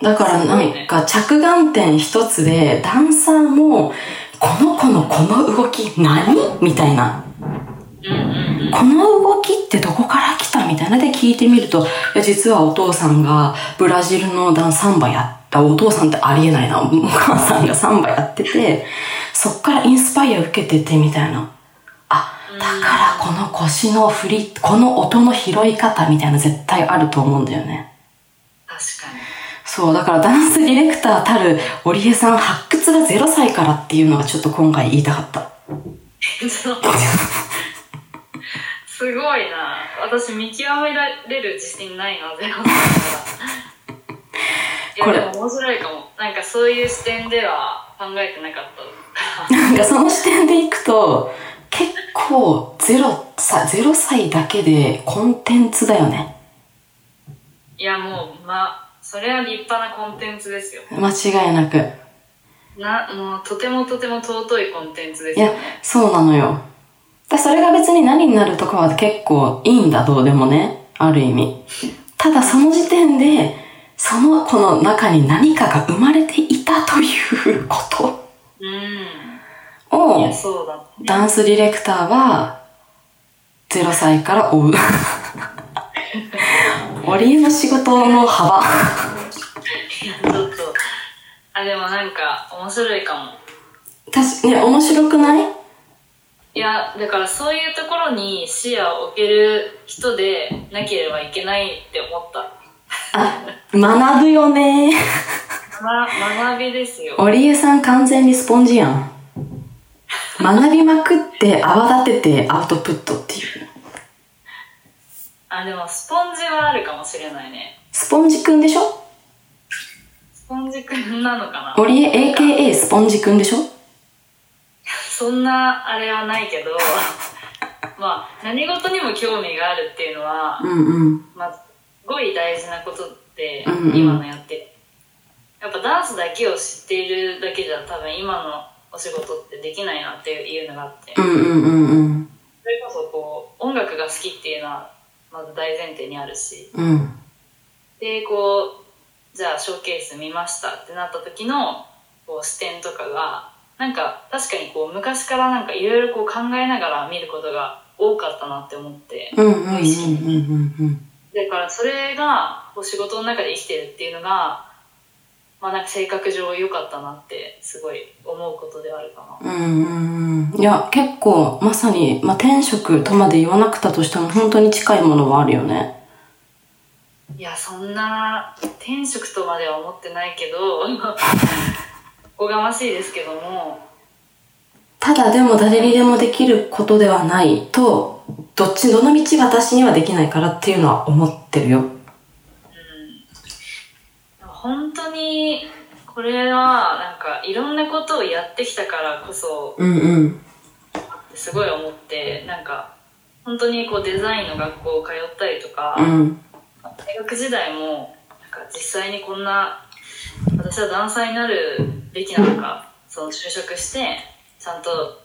Speaker 3: え。
Speaker 1: だからな
Speaker 3: すごい
Speaker 1: ん
Speaker 3: ね
Speaker 1: か着眼点一つで、ダンサーも、この子のこの動き何みたいな。
Speaker 3: うんうんうん。
Speaker 1: この動きってどこから来たみたいなで聞いてみると、いや、実はお父さんがブラジルのダンサンバやった、お父さんってありえないな、お母さんがサンバやってて、そっからインスパイア受けててみたいな。あ、だからこの腰の振り、この音の拾い方みたいな絶対あると思うんだよね。
Speaker 3: 確かに。 *laughs*
Speaker 1: そう、だからダンスディレクターたる織江さん発掘が0歳からっていうのがちょっと今回言いたかった。
Speaker 3: すごいな。私見極められる自信ない
Speaker 1: *laughs*
Speaker 3: な、ゼロさん
Speaker 1: こ
Speaker 3: から。
Speaker 1: れ
Speaker 3: いや、でも面白いかも。なんかそういう視点では考えてなかった。
Speaker 1: なんかその視点でいくと、結構ゼロ歳、ゼロ歳だけでコンテンツだよね。
Speaker 3: いや、もう、ま、それは立派なコンテンツですよ。
Speaker 1: 間違いなく。
Speaker 3: な、もう、とてもとても尊いコンテンツで
Speaker 1: い
Speaker 3: すよ
Speaker 1: や
Speaker 3: ね。、
Speaker 1: そうなのよ。だそれが別に何になるとかは結構いいんだ、どうでもね。ある意味。ただその時点で、その子の中に何かが生まれていたというこ
Speaker 3: うん。
Speaker 1: と
Speaker 3: い
Speaker 1: を
Speaker 3: や、、そうだ。 *laughs*
Speaker 1: ダンスディレクターは、0歳から追う。織江の仕事の幅。
Speaker 3: いやちょっと、あ、でもなんか、面白いかも。
Speaker 1: 確かね面白くない
Speaker 3: いや、だからそういうところに視野を置ける人でなければいけないって思った。
Speaker 1: 学ぶよね
Speaker 3: ま、学びですよ。
Speaker 1: 織江さん完全にスポンジやん学びまくって泡立ててアウトプットっていう
Speaker 3: あ、でもスポンジはあるかもしれないね。
Speaker 1: スポンジくんでしょ
Speaker 3: スポンジくんなのかな
Speaker 1: 織江 AKA スポンジくんでしょ
Speaker 3: そんなあれはないけど、 *laughs* まあ、何事にも興味があるっていうのは、
Speaker 1: うんうん
Speaker 3: まあ、すごい大事なことって
Speaker 1: うんう、ん
Speaker 3: 今のやって。やっぱダンスだけを知っているだけじゃ多分今のお仕事ってできないなっていうのがあって。
Speaker 1: うんうんうんうん
Speaker 3: それこそこう音楽が好きっていうのはまず大前提にあるし
Speaker 1: うん
Speaker 3: でこうじゃあショーケース見ましたってなった時のこう視点とかがなんか確かにこう昔からなんかいろいろこう考えながら見ることが多かったなって思って
Speaker 1: うんうんうんうんうん
Speaker 3: だからそれがこう仕事の中で生きてるっていうのがまあなんか性格上良かったなってすごい思うことではあるかな。
Speaker 1: うんうんうんいや結構まさに、まあ、天職とまで言わなくたとしても本当に近いものはあるよね
Speaker 3: いや、そんな、天職とまでは思ってないけど、 *laughs* おがましいですけども、
Speaker 1: ただでも誰にでもできることではないと、どっち、どの道私にはできないからっていうのは思ってるよ。
Speaker 3: うん、本当に、これは、なんか、いろんなことをやってきたからこそ、
Speaker 1: うんうん。
Speaker 3: すごい思って、なんか、本当にこうデザインの学校通ったりとか、
Speaker 1: うん。
Speaker 3: 大学時代もなんか実際にこんな私はダンサーになるべきなのかその就職してちゃんと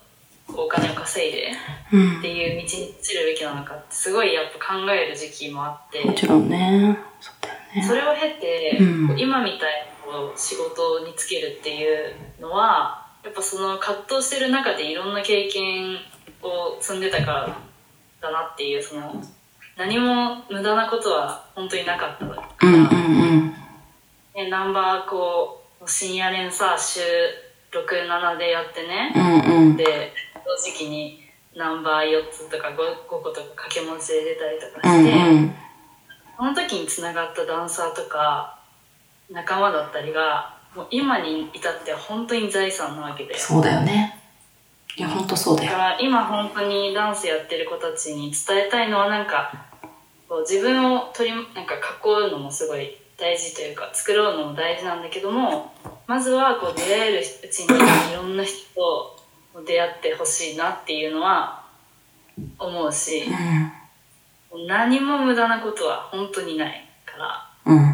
Speaker 3: お金を稼いで
Speaker 1: う
Speaker 3: っ
Speaker 1: ん。
Speaker 3: ていう道に移るべきなのかってすごいやっぱ考える時期もあって
Speaker 1: もちろんね。そうだよ
Speaker 3: そ
Speaker 1: ね。
Speaker 3: れを経て
Speaker 1: うん
Speaker 3: こう今みたいにこう仕事に就けるっていうのはやっぱその葛藤してる中でいろんな経験を積んでたからだなっていうその何も無駄なことは本当になかったから。
Speaker 1: うんうん
Speaker 3: ね、ナンバーこう深夜連さ週67でやってね
Speaker 1: うん。うんうん。
Speaker 3: で同時期にナンバー4つとか 5, 5個とか掛け持ちで出たりとか
Speaker 1: う
Speaker 3: して、
Speaker 1: んうん。
Speaker 3: その時につながったダンサーとか仲間だったりがもう今に至って本当に財産なわけで
Speaker 1: そうだよね。いや、ほんとそうだ
Speaker 3: だ
Speaker 1: よ
Speaker 3: か。ら今本当にダンスやってる子たちに伝えたいのはなんかこう自分を取りなんか囲うのもすごい大事というか作ろうのも大事なんだけどもまずはこう出会えるうちにいろんな人と出会ってほしいなっていうのは思うし
Speaker 1: うん。
Speaker 3: う何も無駄なことは本当にないから
Speaker 1: うん
Speaker 3: も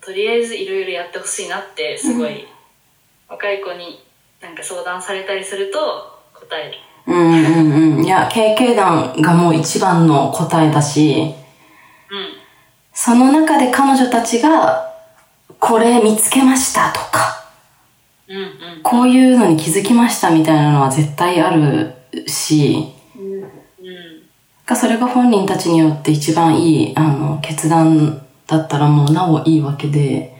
Speaker 3: うとりあえずいろいろやってほしいなってすごい、若い子になんか相談されたりすると答える
Speaker 1: うんうんうんいや経験談がもう一番の答えだし
Speaker 3: う
Speaker 1: その中で彼女たちがこれ見つけましたとか
Speaker 3: んうんうん
Speaker 1: こういうのに気づきましたみたいなのは絶対あるし
Speaker 3: うん
Speaker 1: がそれが本人たちによって一番いいあの決断だったらもうなおいいわけで、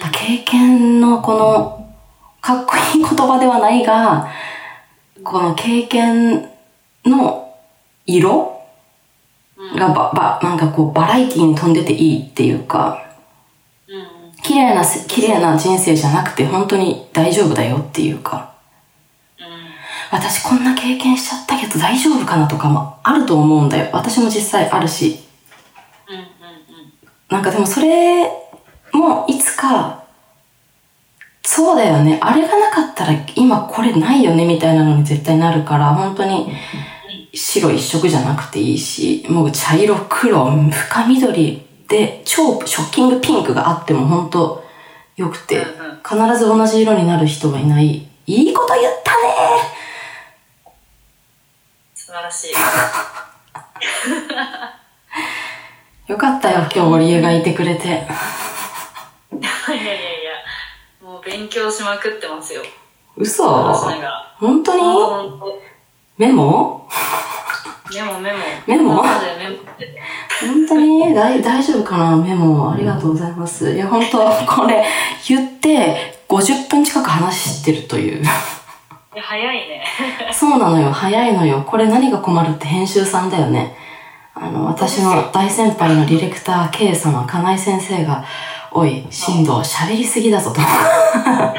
Speaker 1: だ経験のこのかっこいい言葉ではないがこの経験の色
Speaker 3: うん
Speaker 1: がばばなんかこうバラエティに飛んでていいっていうか
Speaker 3: うん
Speaker 1: 綺麗なせ綺麗な人生じゃなくて本当に大丈夫だよっていうか私こんな経験しちゃったけど大丈夫かなとかもあると思うんだよ私も実際あるし
Speaker 3: うんうん
Speaker 1: なんかでもそれもいつか、そうだよね。あれがなかったら今これないよねみたいなのに絶対なるから、本当に白一色じゃなくていいし、もう茶色、黒、深緑で超ショッキングピンクがあっても本当良くて、必ず同じ色になる人はいない。いいこと言ったね
Speaker 3: 素晴らしい *laughs*
Speaker 1: よかったよ、今日堀江がいてくれて。
Speaker 3: いやいやいやもう勉強しまくってますよ
Speaker 1: 嘘
Speaker 3: 話しながら
Speaker 1: 本当に
Speaker 3: 本当
Speaker 1: メモ
Speaker 3: メモメモ
Speaker 1: メモ
Speaker 3: マジでメモって
Speaker 1: 本当に大大丈夫かなメモありがとうございます。いや、本当これ言って50分近く話してるという。
Speaker 3: いや早いね
Speaker 1: そうなのよ、早いのよ。これ何が困るって編集さんだよね。あの、私の大先輩のディレクター K 様、金井先生が、おい、進藤、喋りすぎだぞと。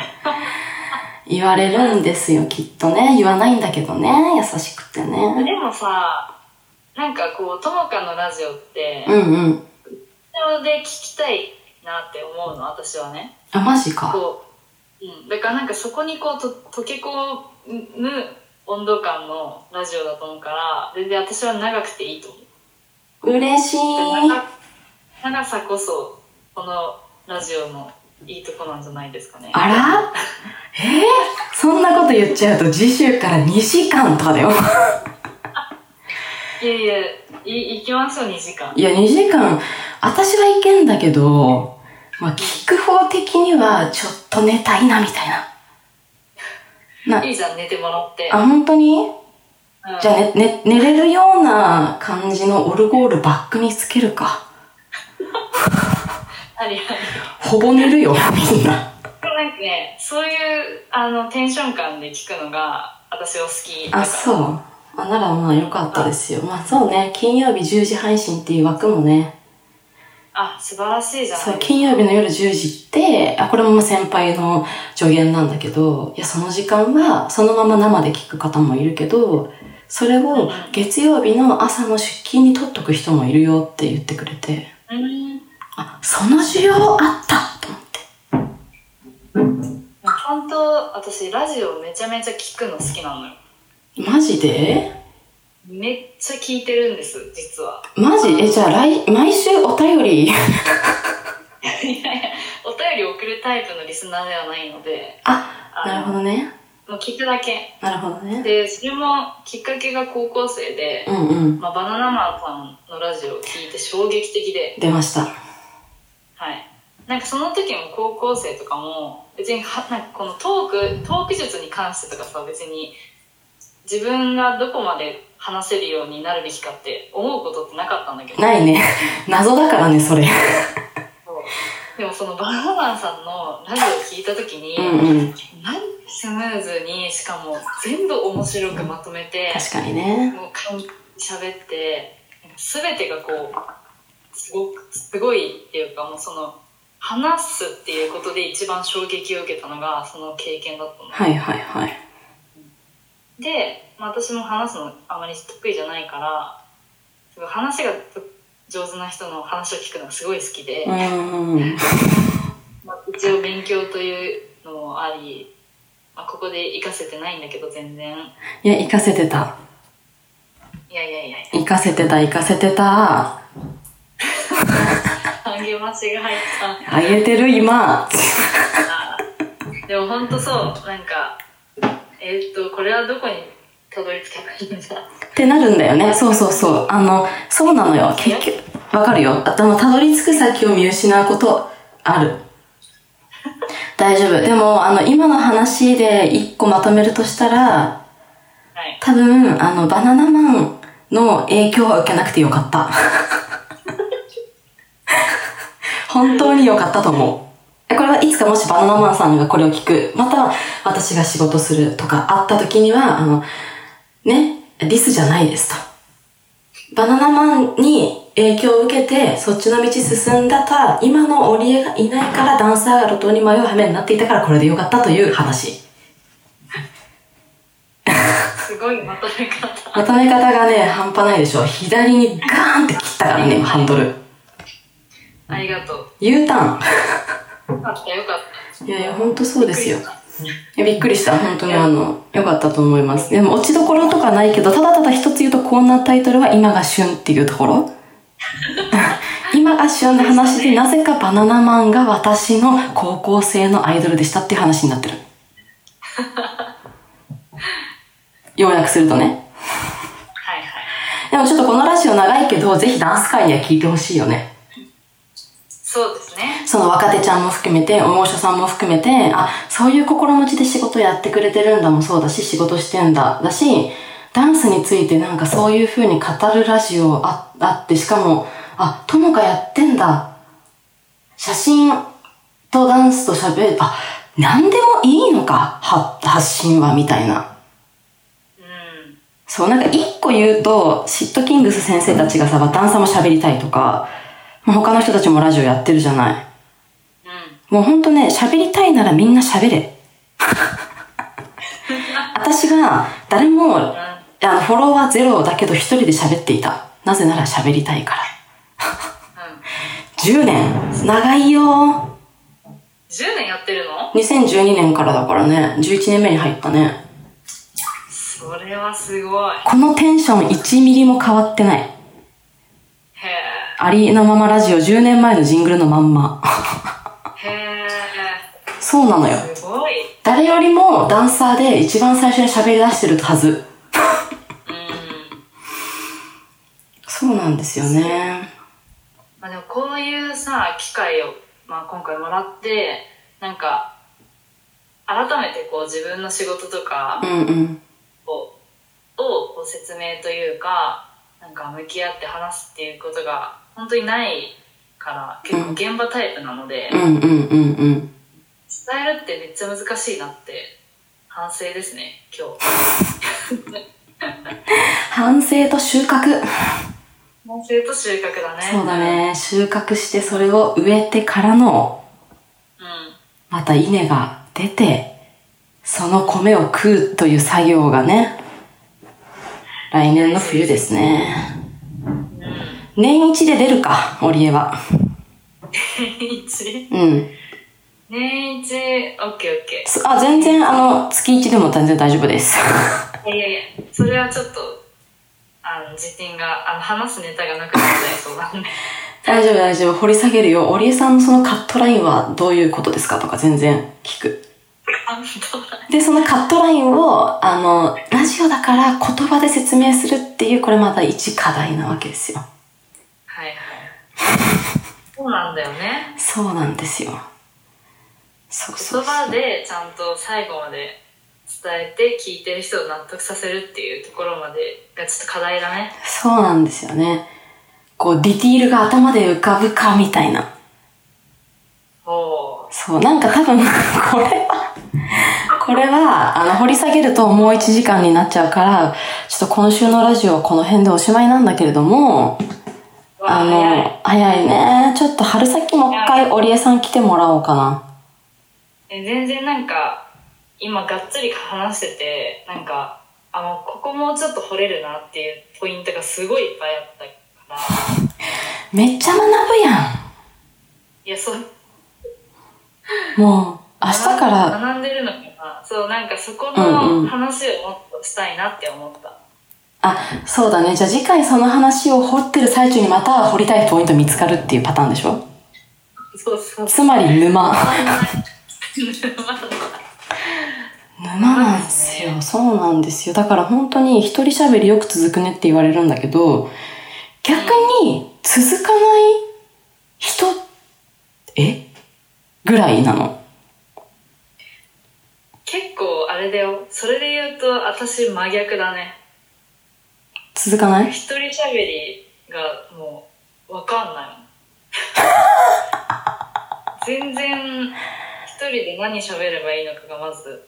Speaker 1: *laughs* 言われるんですよ、きっとね。言わないんだけどね、優しくてね。
Speaker 3: でもさなんかこうともかのラジオって
Speaker 1: うんうん。
Speaker 3: ラジオで聞きたいなって思うの私はね
Speaker 1: あ、マジか。
Speaker 3: こう、うん、だからなんかそこにこうと溶け込む温度感のラジオだと思うから全然私は長くていいと思う
Speaker 1: 嬉しい。
Speaker 3: 長長さこそこのラジオのいいとこなんじゃないですかね
Speaker 1: あらえー、そんなこと言っちゃうと次週から2時間とかだよ。
Speaker 3: いやいやい行きましょう2時間
Speaker 1: いや、2時間、私はいけんだけど、まあ、聞く方的にはちょっと寝たいな、みたいな。
Speaker 3: いいじゃん寝てもらって
Speaker 1: あ、本当に
Speaker 3: うん
Speaker 1: じゃあ、ね、ね、寝れるような感じのオルゴールバックにつけるか。
Speaker 3: ありあり
Speaker 1: ほぼ寝るよ、 *laughs* みんな。
Speaker 3: なんかねそういうあのテンション感で聞くのが私は好きだから
Speaker 1: あ、そう。あ、ならまあ良かったですよ。まあそうね、金曜日10時配信っていう枠もね、
Speaker 3: あ素晴らしいじゃ
Speaker 1: そ
Speaker 3: な
Speaker 1: う
Speaker 3: い、
Speaker 1: 金曜日の夜10時って、あ、これも先輩の助言なんだけど、いや、その時間はそのまま生で聞く方もいるけど、それを月曜日の朝の出勤に取っとく人もいるよって言ってくれて、
Speaker 3: うん
Speaker 1: あ、その需要あったと思って。
Speaker 3: 本当私ラジオめちゃめちゃ聞くの好きなのよ
Speaker 1: マジで
Speaker 3: めっちゃ聞いてるんです実は
Speaker 1: マジえ、じゃあ来、毎週お便り。
Speaker 3: いやいやお便り送るタイプのリスナーではないので
Speaker 1: あ、
Speaker 3: あの
Speaker 1: なるほどね。
Speaker 3: もう聞くだけ
Speaker 1: なるほどね。
Speaker 3: でそれもきっかけが高校生で、
Speaker 1: うんうん。
Speaker 3: まあ、バナナマンさんのラジオを聞いて衝撃的で
Speaker 1: 出ました。
Speaker 3: はいなんかその時も高校生とかも別にはなんかこのトークトーク術に関してとかさ別に自分がどこまで話せるようになるべきかって思うことってなかったんだけど
Speaker 1: ないね。謎だからね、それ。
Speaker 3: でもそのバナナマンさんのラジオを聞いた時に、
Speaker 1: うんうん。
Speaker 3: なんてスムーズにしかも全部面白くまとめて
Speaker 1: 確かにね。
Speaker 3: もうかん喋ってなんか全てがこうすごくすごいっていうかもうその話すっていうことで一番衝撃を受けたのがその経験だったの。
Speaker 1: はいはいはい。
Speaker 3: で、まあ、私も話すのあまり得意じゃないからすごい話が上手な人の話を聞くのがすごい好きで、
Speaker 1: うん。
Speaker 3: まあ、一応勉強というのもあり、まあ、ここで活かせてないんだけど全然。
Speaker 1: いや、行かせてた。
Speaker 3: いやいやいや、
Speaker 1: 行かせてた、行かせてた。
Speaker 3: 励ましが入った。
Speaker 1: あげてる、今。
Speaker 3: *laughs* でも本当そう、なんか、えーっと、これはどこにたどり着けばいいんだ。
Speaker 1: ってなるんだよね。そうそうそう。あの、そうなのよ。結局、わかるよ。あでも、たどり着く先を見失うこと、ある。大丈夫。でも、あの、今の話で一個まとめるとしたら、
Speaker 3: はい。
Speaker 1: 多分、あの、バナナマンの影響は受けなくてよか
Speaker 3: *laughs*
Speaker 1: った。本当によかったと思う。これはいつかもしバナナマンさんがこれを聞く、または私が仕事するとかあった時には、あの、ね、リスじゃないですと。バナナマンに影響を受けて、そっちの道進んだとは、今の織江がいないからダンサーが路頭に迷う羽目になっていたからこれでよかったという話。
Speaker 3: すごいまとめ方。
Speaker 1: まとめ方がね、半端ないでしょ。左にガーンって切ったからね、ハンドル。
Speaker 3: ありがとう。
Speaker 1: U タ
Speaker 3: よかったよかっ
Speaker 1: ーン。いやいや、ほんとそう
Speaker 3: た。
Speaker 1: ですよ。いやびっくりした。本当にあの、よかったと思います。でも、落ちどころとかないけど、ただただ一つ言うと、こんなタイトルは今が旬っていうところ。 *laughs* 今が旬の話で、なぜかバナナマンが私の高校生のアイドルでしたっていう話になってる。要約するとね。
Speaker 3: はいはい。
Speaker 1: でもちょっとこのラジオ長いけど、ぜひダンス界には聞いてほしいよね。
Speaker 3: そうですね。
Speaker 1: その若手ちゃんも含めて、おもしさんも含めて、あ、そういう心持ちで仕事やってくれてるんだもそうだし、仕事してんだ、だし、ダンスについてなんかそういう風に語るラジオああって、しかも、あ、ともかやってんだ。写真とダンスと喋る、あ、なんでもいいのか、は発信は、みたいな。
Speaker 3: うん。
Speaker 1: そう、なんか一個言うと、シットキングス先生たちがさ、ダンサーも喋りたいとか、他の人たちもラジオやってるじゃない。
Speaker 3: うん。
Speaker 1: もうほんとね、喋りたいならみんな喋れ。私が誰もあ
Speaker 3: うん。
Speaker 1: のフォロワーゼロだけど一人で喋っていた。なぜなら喋りたいから。10年長いよ
Speaker 3: 10年やってるの
Speaker 1: 2012年からだからね、11年目に入ったね。
Speaker 3: それはすごい。
Speaker 1: このテンション1ミリも変わってない。
Speaker 3: へえ。
Speaker 1: ありのままラジオ10年前のジングルのまんま。
Speaker 3: へ
Speaker 1: そうなのよ。
Speaker 3: え。すごい。
Speaker 1: 誰よりもダンサーで一番最初に喋り出してるはず。
Speaker 3: うん。
Speaker 1: そうなんですよね。
Speaker 3: まあでもこういうさ、機会を、まあ今回もらって、なんか、改めてこう自分の仕事とか
Speaker 1: うんうん。
Speaker 3: を、をこう説明というか、なんか向き合って話すっていうことが本当にないから、結構現場タイプなので、
Speaker 1: うんうんうんうん。
Speaker 3: 伝えるってめっちゃ難しいなって反省ですね今日
Speaker 1: 反省と収穫。
Speaker 3: 反省と収穫だね
Speaker 1: そうだね。収穫してそれを植えてからの、
Speaker 3: う
Speaker 1: また稲が出て、その米を食うという作業がね、来年の冬ですね。
Speaker 3: んうん
Speaker 1: 年一で出るか、織江は。
Speaker 3: 年一
Speaker 1: うん。
Speaker 3: 年一オッケーオッケ
Speaker 1: すあ、全然、あの、月一でも全然大丈夫です。
Speaker 3: ーいやいやいやそれはちょっとあの自信があの話すネタがなくなっちゃいそうなんで
Speaker 1: 大丈夫、大丈夫。掘り下げるよ。織江さんのそのカットラインはどういうことですかとか全然聞く。
Speaker 3: あ本当だ
Speaker 1: で、そのカットラインを、あの、ラジオだから言葉で説明するっていう、これまた一課題なわけですよ。
Speaker 3: はいはいそうなんだよね
Speaker 1: そうなんですよ。そうそ
Speaker 3: 言
Speaker 1: うそう。
Speaker 3: 葉でちゃんと最後まで伝えて聞いてる人を納得させるっていうところまでがちょっと課題だね
Speaker 1: そうなんですよね。こう、ディティールが頭で浮かぶか、みたいな。
Speaker 3: おー
Speaker 1: そう、なんか多分、 *laughs* これは、これは、あの、掘り下げるともう1時間になっちゃうから、ちょっと今週のラジオはこの辺でおしまいなんだけれども、
Speaker 3: うわ
Speaker 1: あ
Speaker 3: 早い
Speaker 1: の、早いね。ちょっと春先もう一回織江さん来てもらおうかな。
Speaker 3: え全然なんか今がっつり話しててなんかあのここもうちょっと掘れるなっていうポイントがすごいいっぱいあったから
Speaker 1: めっちゃ学ぶや。
Speaker 3: いやそうん
Speaker 1: もう、明日から、
Speaker 3: 学んでるのかなそうなんかそこ
Speaker 1: うんう
Speaker 3: の
Speaker 1: ん
Speaker 3: 話をもっとしたいなって思った、
Speaker 1: ああそうだねじゃあ次回その話を掘ってる最中にまた掘りたいポイント見つかるっていうパターンでしょ
Speaker 3: そうそう
Speaker 1: つまり沼沼なんですよそうなんですよだから本当に一人喋りよく続くねって言われるんだけど逆に続かない人えぐらいなの
Speaker 3: 結構あれだよそれで言うと私真逆だね
Speaker 1: 続かない
Speaker 3: 一人喋りがもうわか
Speaker 1: *laughs*
Speaker 3: んないもん全然一人で何喋ればいいのかがまず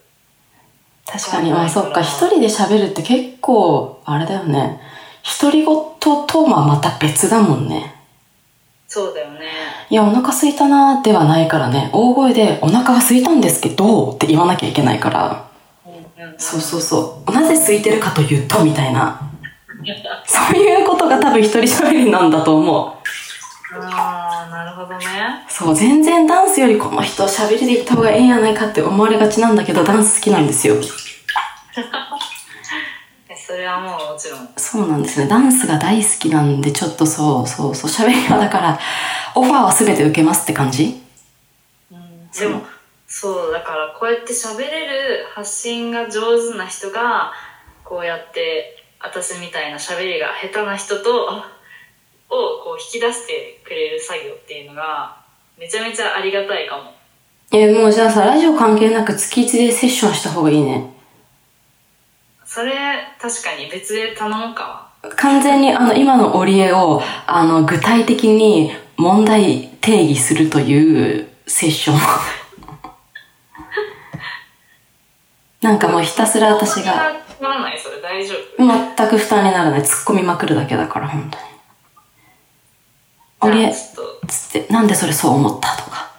Speaker 1: 確かに、あ、そっか、一人で喋るって結構、あれだよね。独り言とはまた別だもんね。
Speaker 3: そうだよね
Speaker 1: いや、お腹空いたなーではないからね。大声で、お腹が空いたんですけど、って言わなきゃいけないから。
Speaker 3: うんうん
Speaker 1: そうそうそう。なぜ空いてるかというと、みたいな。そういうことが多分一人喋りなんだと思う。
Speaker 3: ああなるほどね
Speaker 1: そう、全然ダンスよりこの人喋りで行った方がええんやないかって思われがちなんだけど、ダンス好きなんですよ。
Speaker 3: えそれはもうもちろん
Speaker 1: そうなんですね。ダンスが大好きなんで、ちょっとそうそうそう。喋りはだから、オファーは全て受けますって感じ
Speaker 3: でもそうだからこうやって喋れる発信が上手な人がこうやって私みたいな喋りが下手な人とをこう引き出してくれる作業っていうのがめちゃめちゃありがたいかも
Speaker 1: えーもうじゃあさ、ラジオ関係なく月1でセッションした方がいいね。
Speaker 3: それ確かに別で頼もうか
Speaker 1: 完全にあの、今の折り合いを、あの、具体的に問題定義するというセッ *laughs* ション。なんかもうひたすら私が、
Speaker 3: ならないそれ大丈夫
Speaker 1: 全く負担にならない。突っ込みまくるだけだから、本当に。折り合い
Speaker 3: じゃあちょっと
Speaker 1: つって、なんでそれそう思ったとか。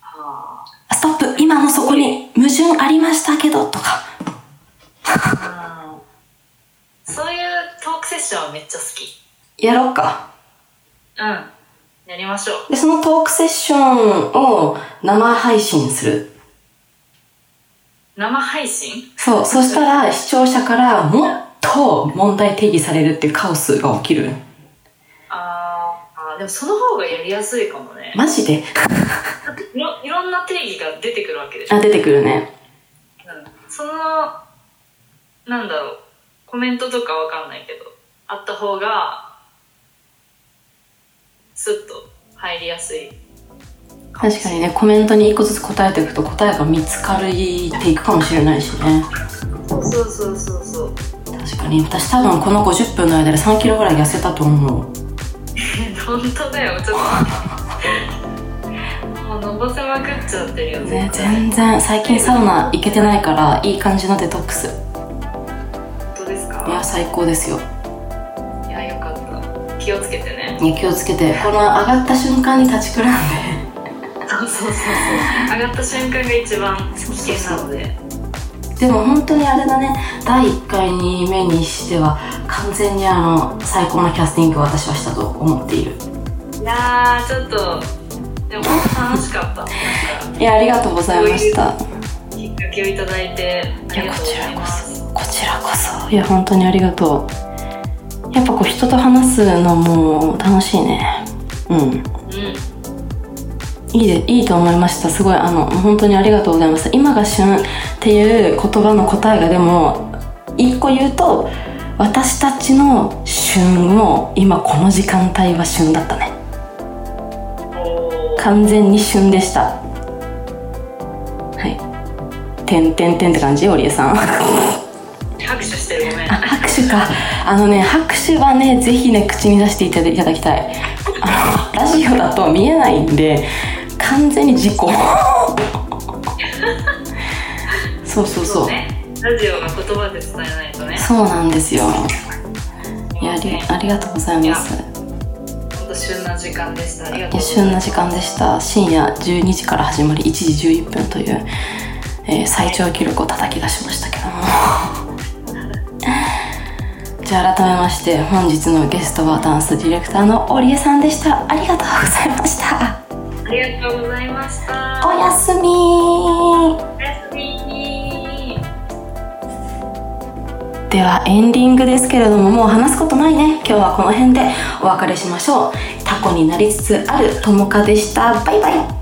Speaker 3: は
Speaker 1: ストップ今のそこに矛盾ありましたけどとか。
Speaker 3: あうんそういうトークセッションはめっちゃ好き
Speaker 1: やろうか。
Speaker 3: うんやりましょう
Speaker 1: で、そのトークセッションを生配信する。
Speaker 3: 生配信
Speaker 1: そう。そしたら視聴者からもっと問題定義されるっていうカオスが起きる。
Speaker 3: あーあーでもその方がやりやすいかもね
Speaker 1: マジで *laughs*
Speaker 3: いろいろんな定義が出てくるわけでしょ、
Speaker 1: あ、出てくるね。
Speaker 3: うん、そのなんだろうコメントとかわかんないけどあった方がスッと入りやすい
Speaker 1: 確かにね、コメントに一個ずつ答えていくと答えが見つかるっていくかもしれないしね。
Speaker 3: そうそうそうそう *laughs*
Speaker 1: 確かに。私多分この50分の間で3キロぐらい痩せたと思う。
Speaker 3: え本当だよちょっと *laughs* もうのぼせまくっちゃってるよ
Speaker 1: ね
Speaker 3: ね、
Speaker 1: 全然最近サウナ行けてないからいい感じのデトックス
Speaker 3: 本当です
Speaker 1: いや
Speaker 3: か
Speaker 1: 最高ですよ
Speaker 3: いやよかった気をつけてね
Speaker 1: いや気をつけてこの上がった瞬間に立ちくらん
Speaker 3: そうそうそうそう上がった瞬間が一番危険なので
Speaker 1: ででも本当にあれだね第1回2目にしては完全にあの最高のキャスティングを私はしたと思っている
Speaker 3: いやーちょっとでも本当楽しかったなんか
Speaker 1: いやありがとうございました
Speaker 3: きっかけをいただいてあ
Speaker 1: いや
Speaker 3: りが
Speaker 1: こと
Speaker 3: うご
Speaker 1: ち
Speaker 3: ざ
Speaker 1: ら
Speaker 3: い
Speaker 1: こ
Speaker 3: ます
Speaker 1: そこちらこそいや本当にありがとうやっぱこう人と話すのも楽しいねうん
Speaker 3: うん
Speaker 1: いいでいいと思いましたすごいあの本当にありがとうございました今が旬っていう言葉の答えがでも一個言うと私たちの旬を今この時間帯は旬だったね
Speaker 3: おー
Speaker 1: 完全に旬でしたはいてんてんてんって感じオリエさん
Speaker 3: 拍手してるごめん
Speaker 1: 拍手かあのね拍手はねぜひね口に出していただいただきたいあのラジオだと見えないんで完全に事故そうそうそう
Speaker 3: ねラジオが言葉で伝えないとね
Speaker 1: そうなんですよいやあり
Speaker 3: ね
Speaker 1: ありがとうございます
Speaker 3: ほんと旬な時間でしたありがと
Speaker 1: いうや
Speaker 3: ござい
Speaker 1: 旬な
Speaker 3: ます
Speaker 1: 時間でした深夜12時から始まり1時11分という、えー最長記録を叩き出しましたけども *laughs* じゃあ改めまして本日のゲストはダンスディレクターの織江さんでしたありがとうございました
Speaker 3: ありがとうございました
Speaker 1: おやすみ
Speaker 3: おやすみ
Speaker 1: ではエンディングですけれどももう話すことないね今日はこの辺でお別れしましょうタコになりつつあるともかでしたバイバイ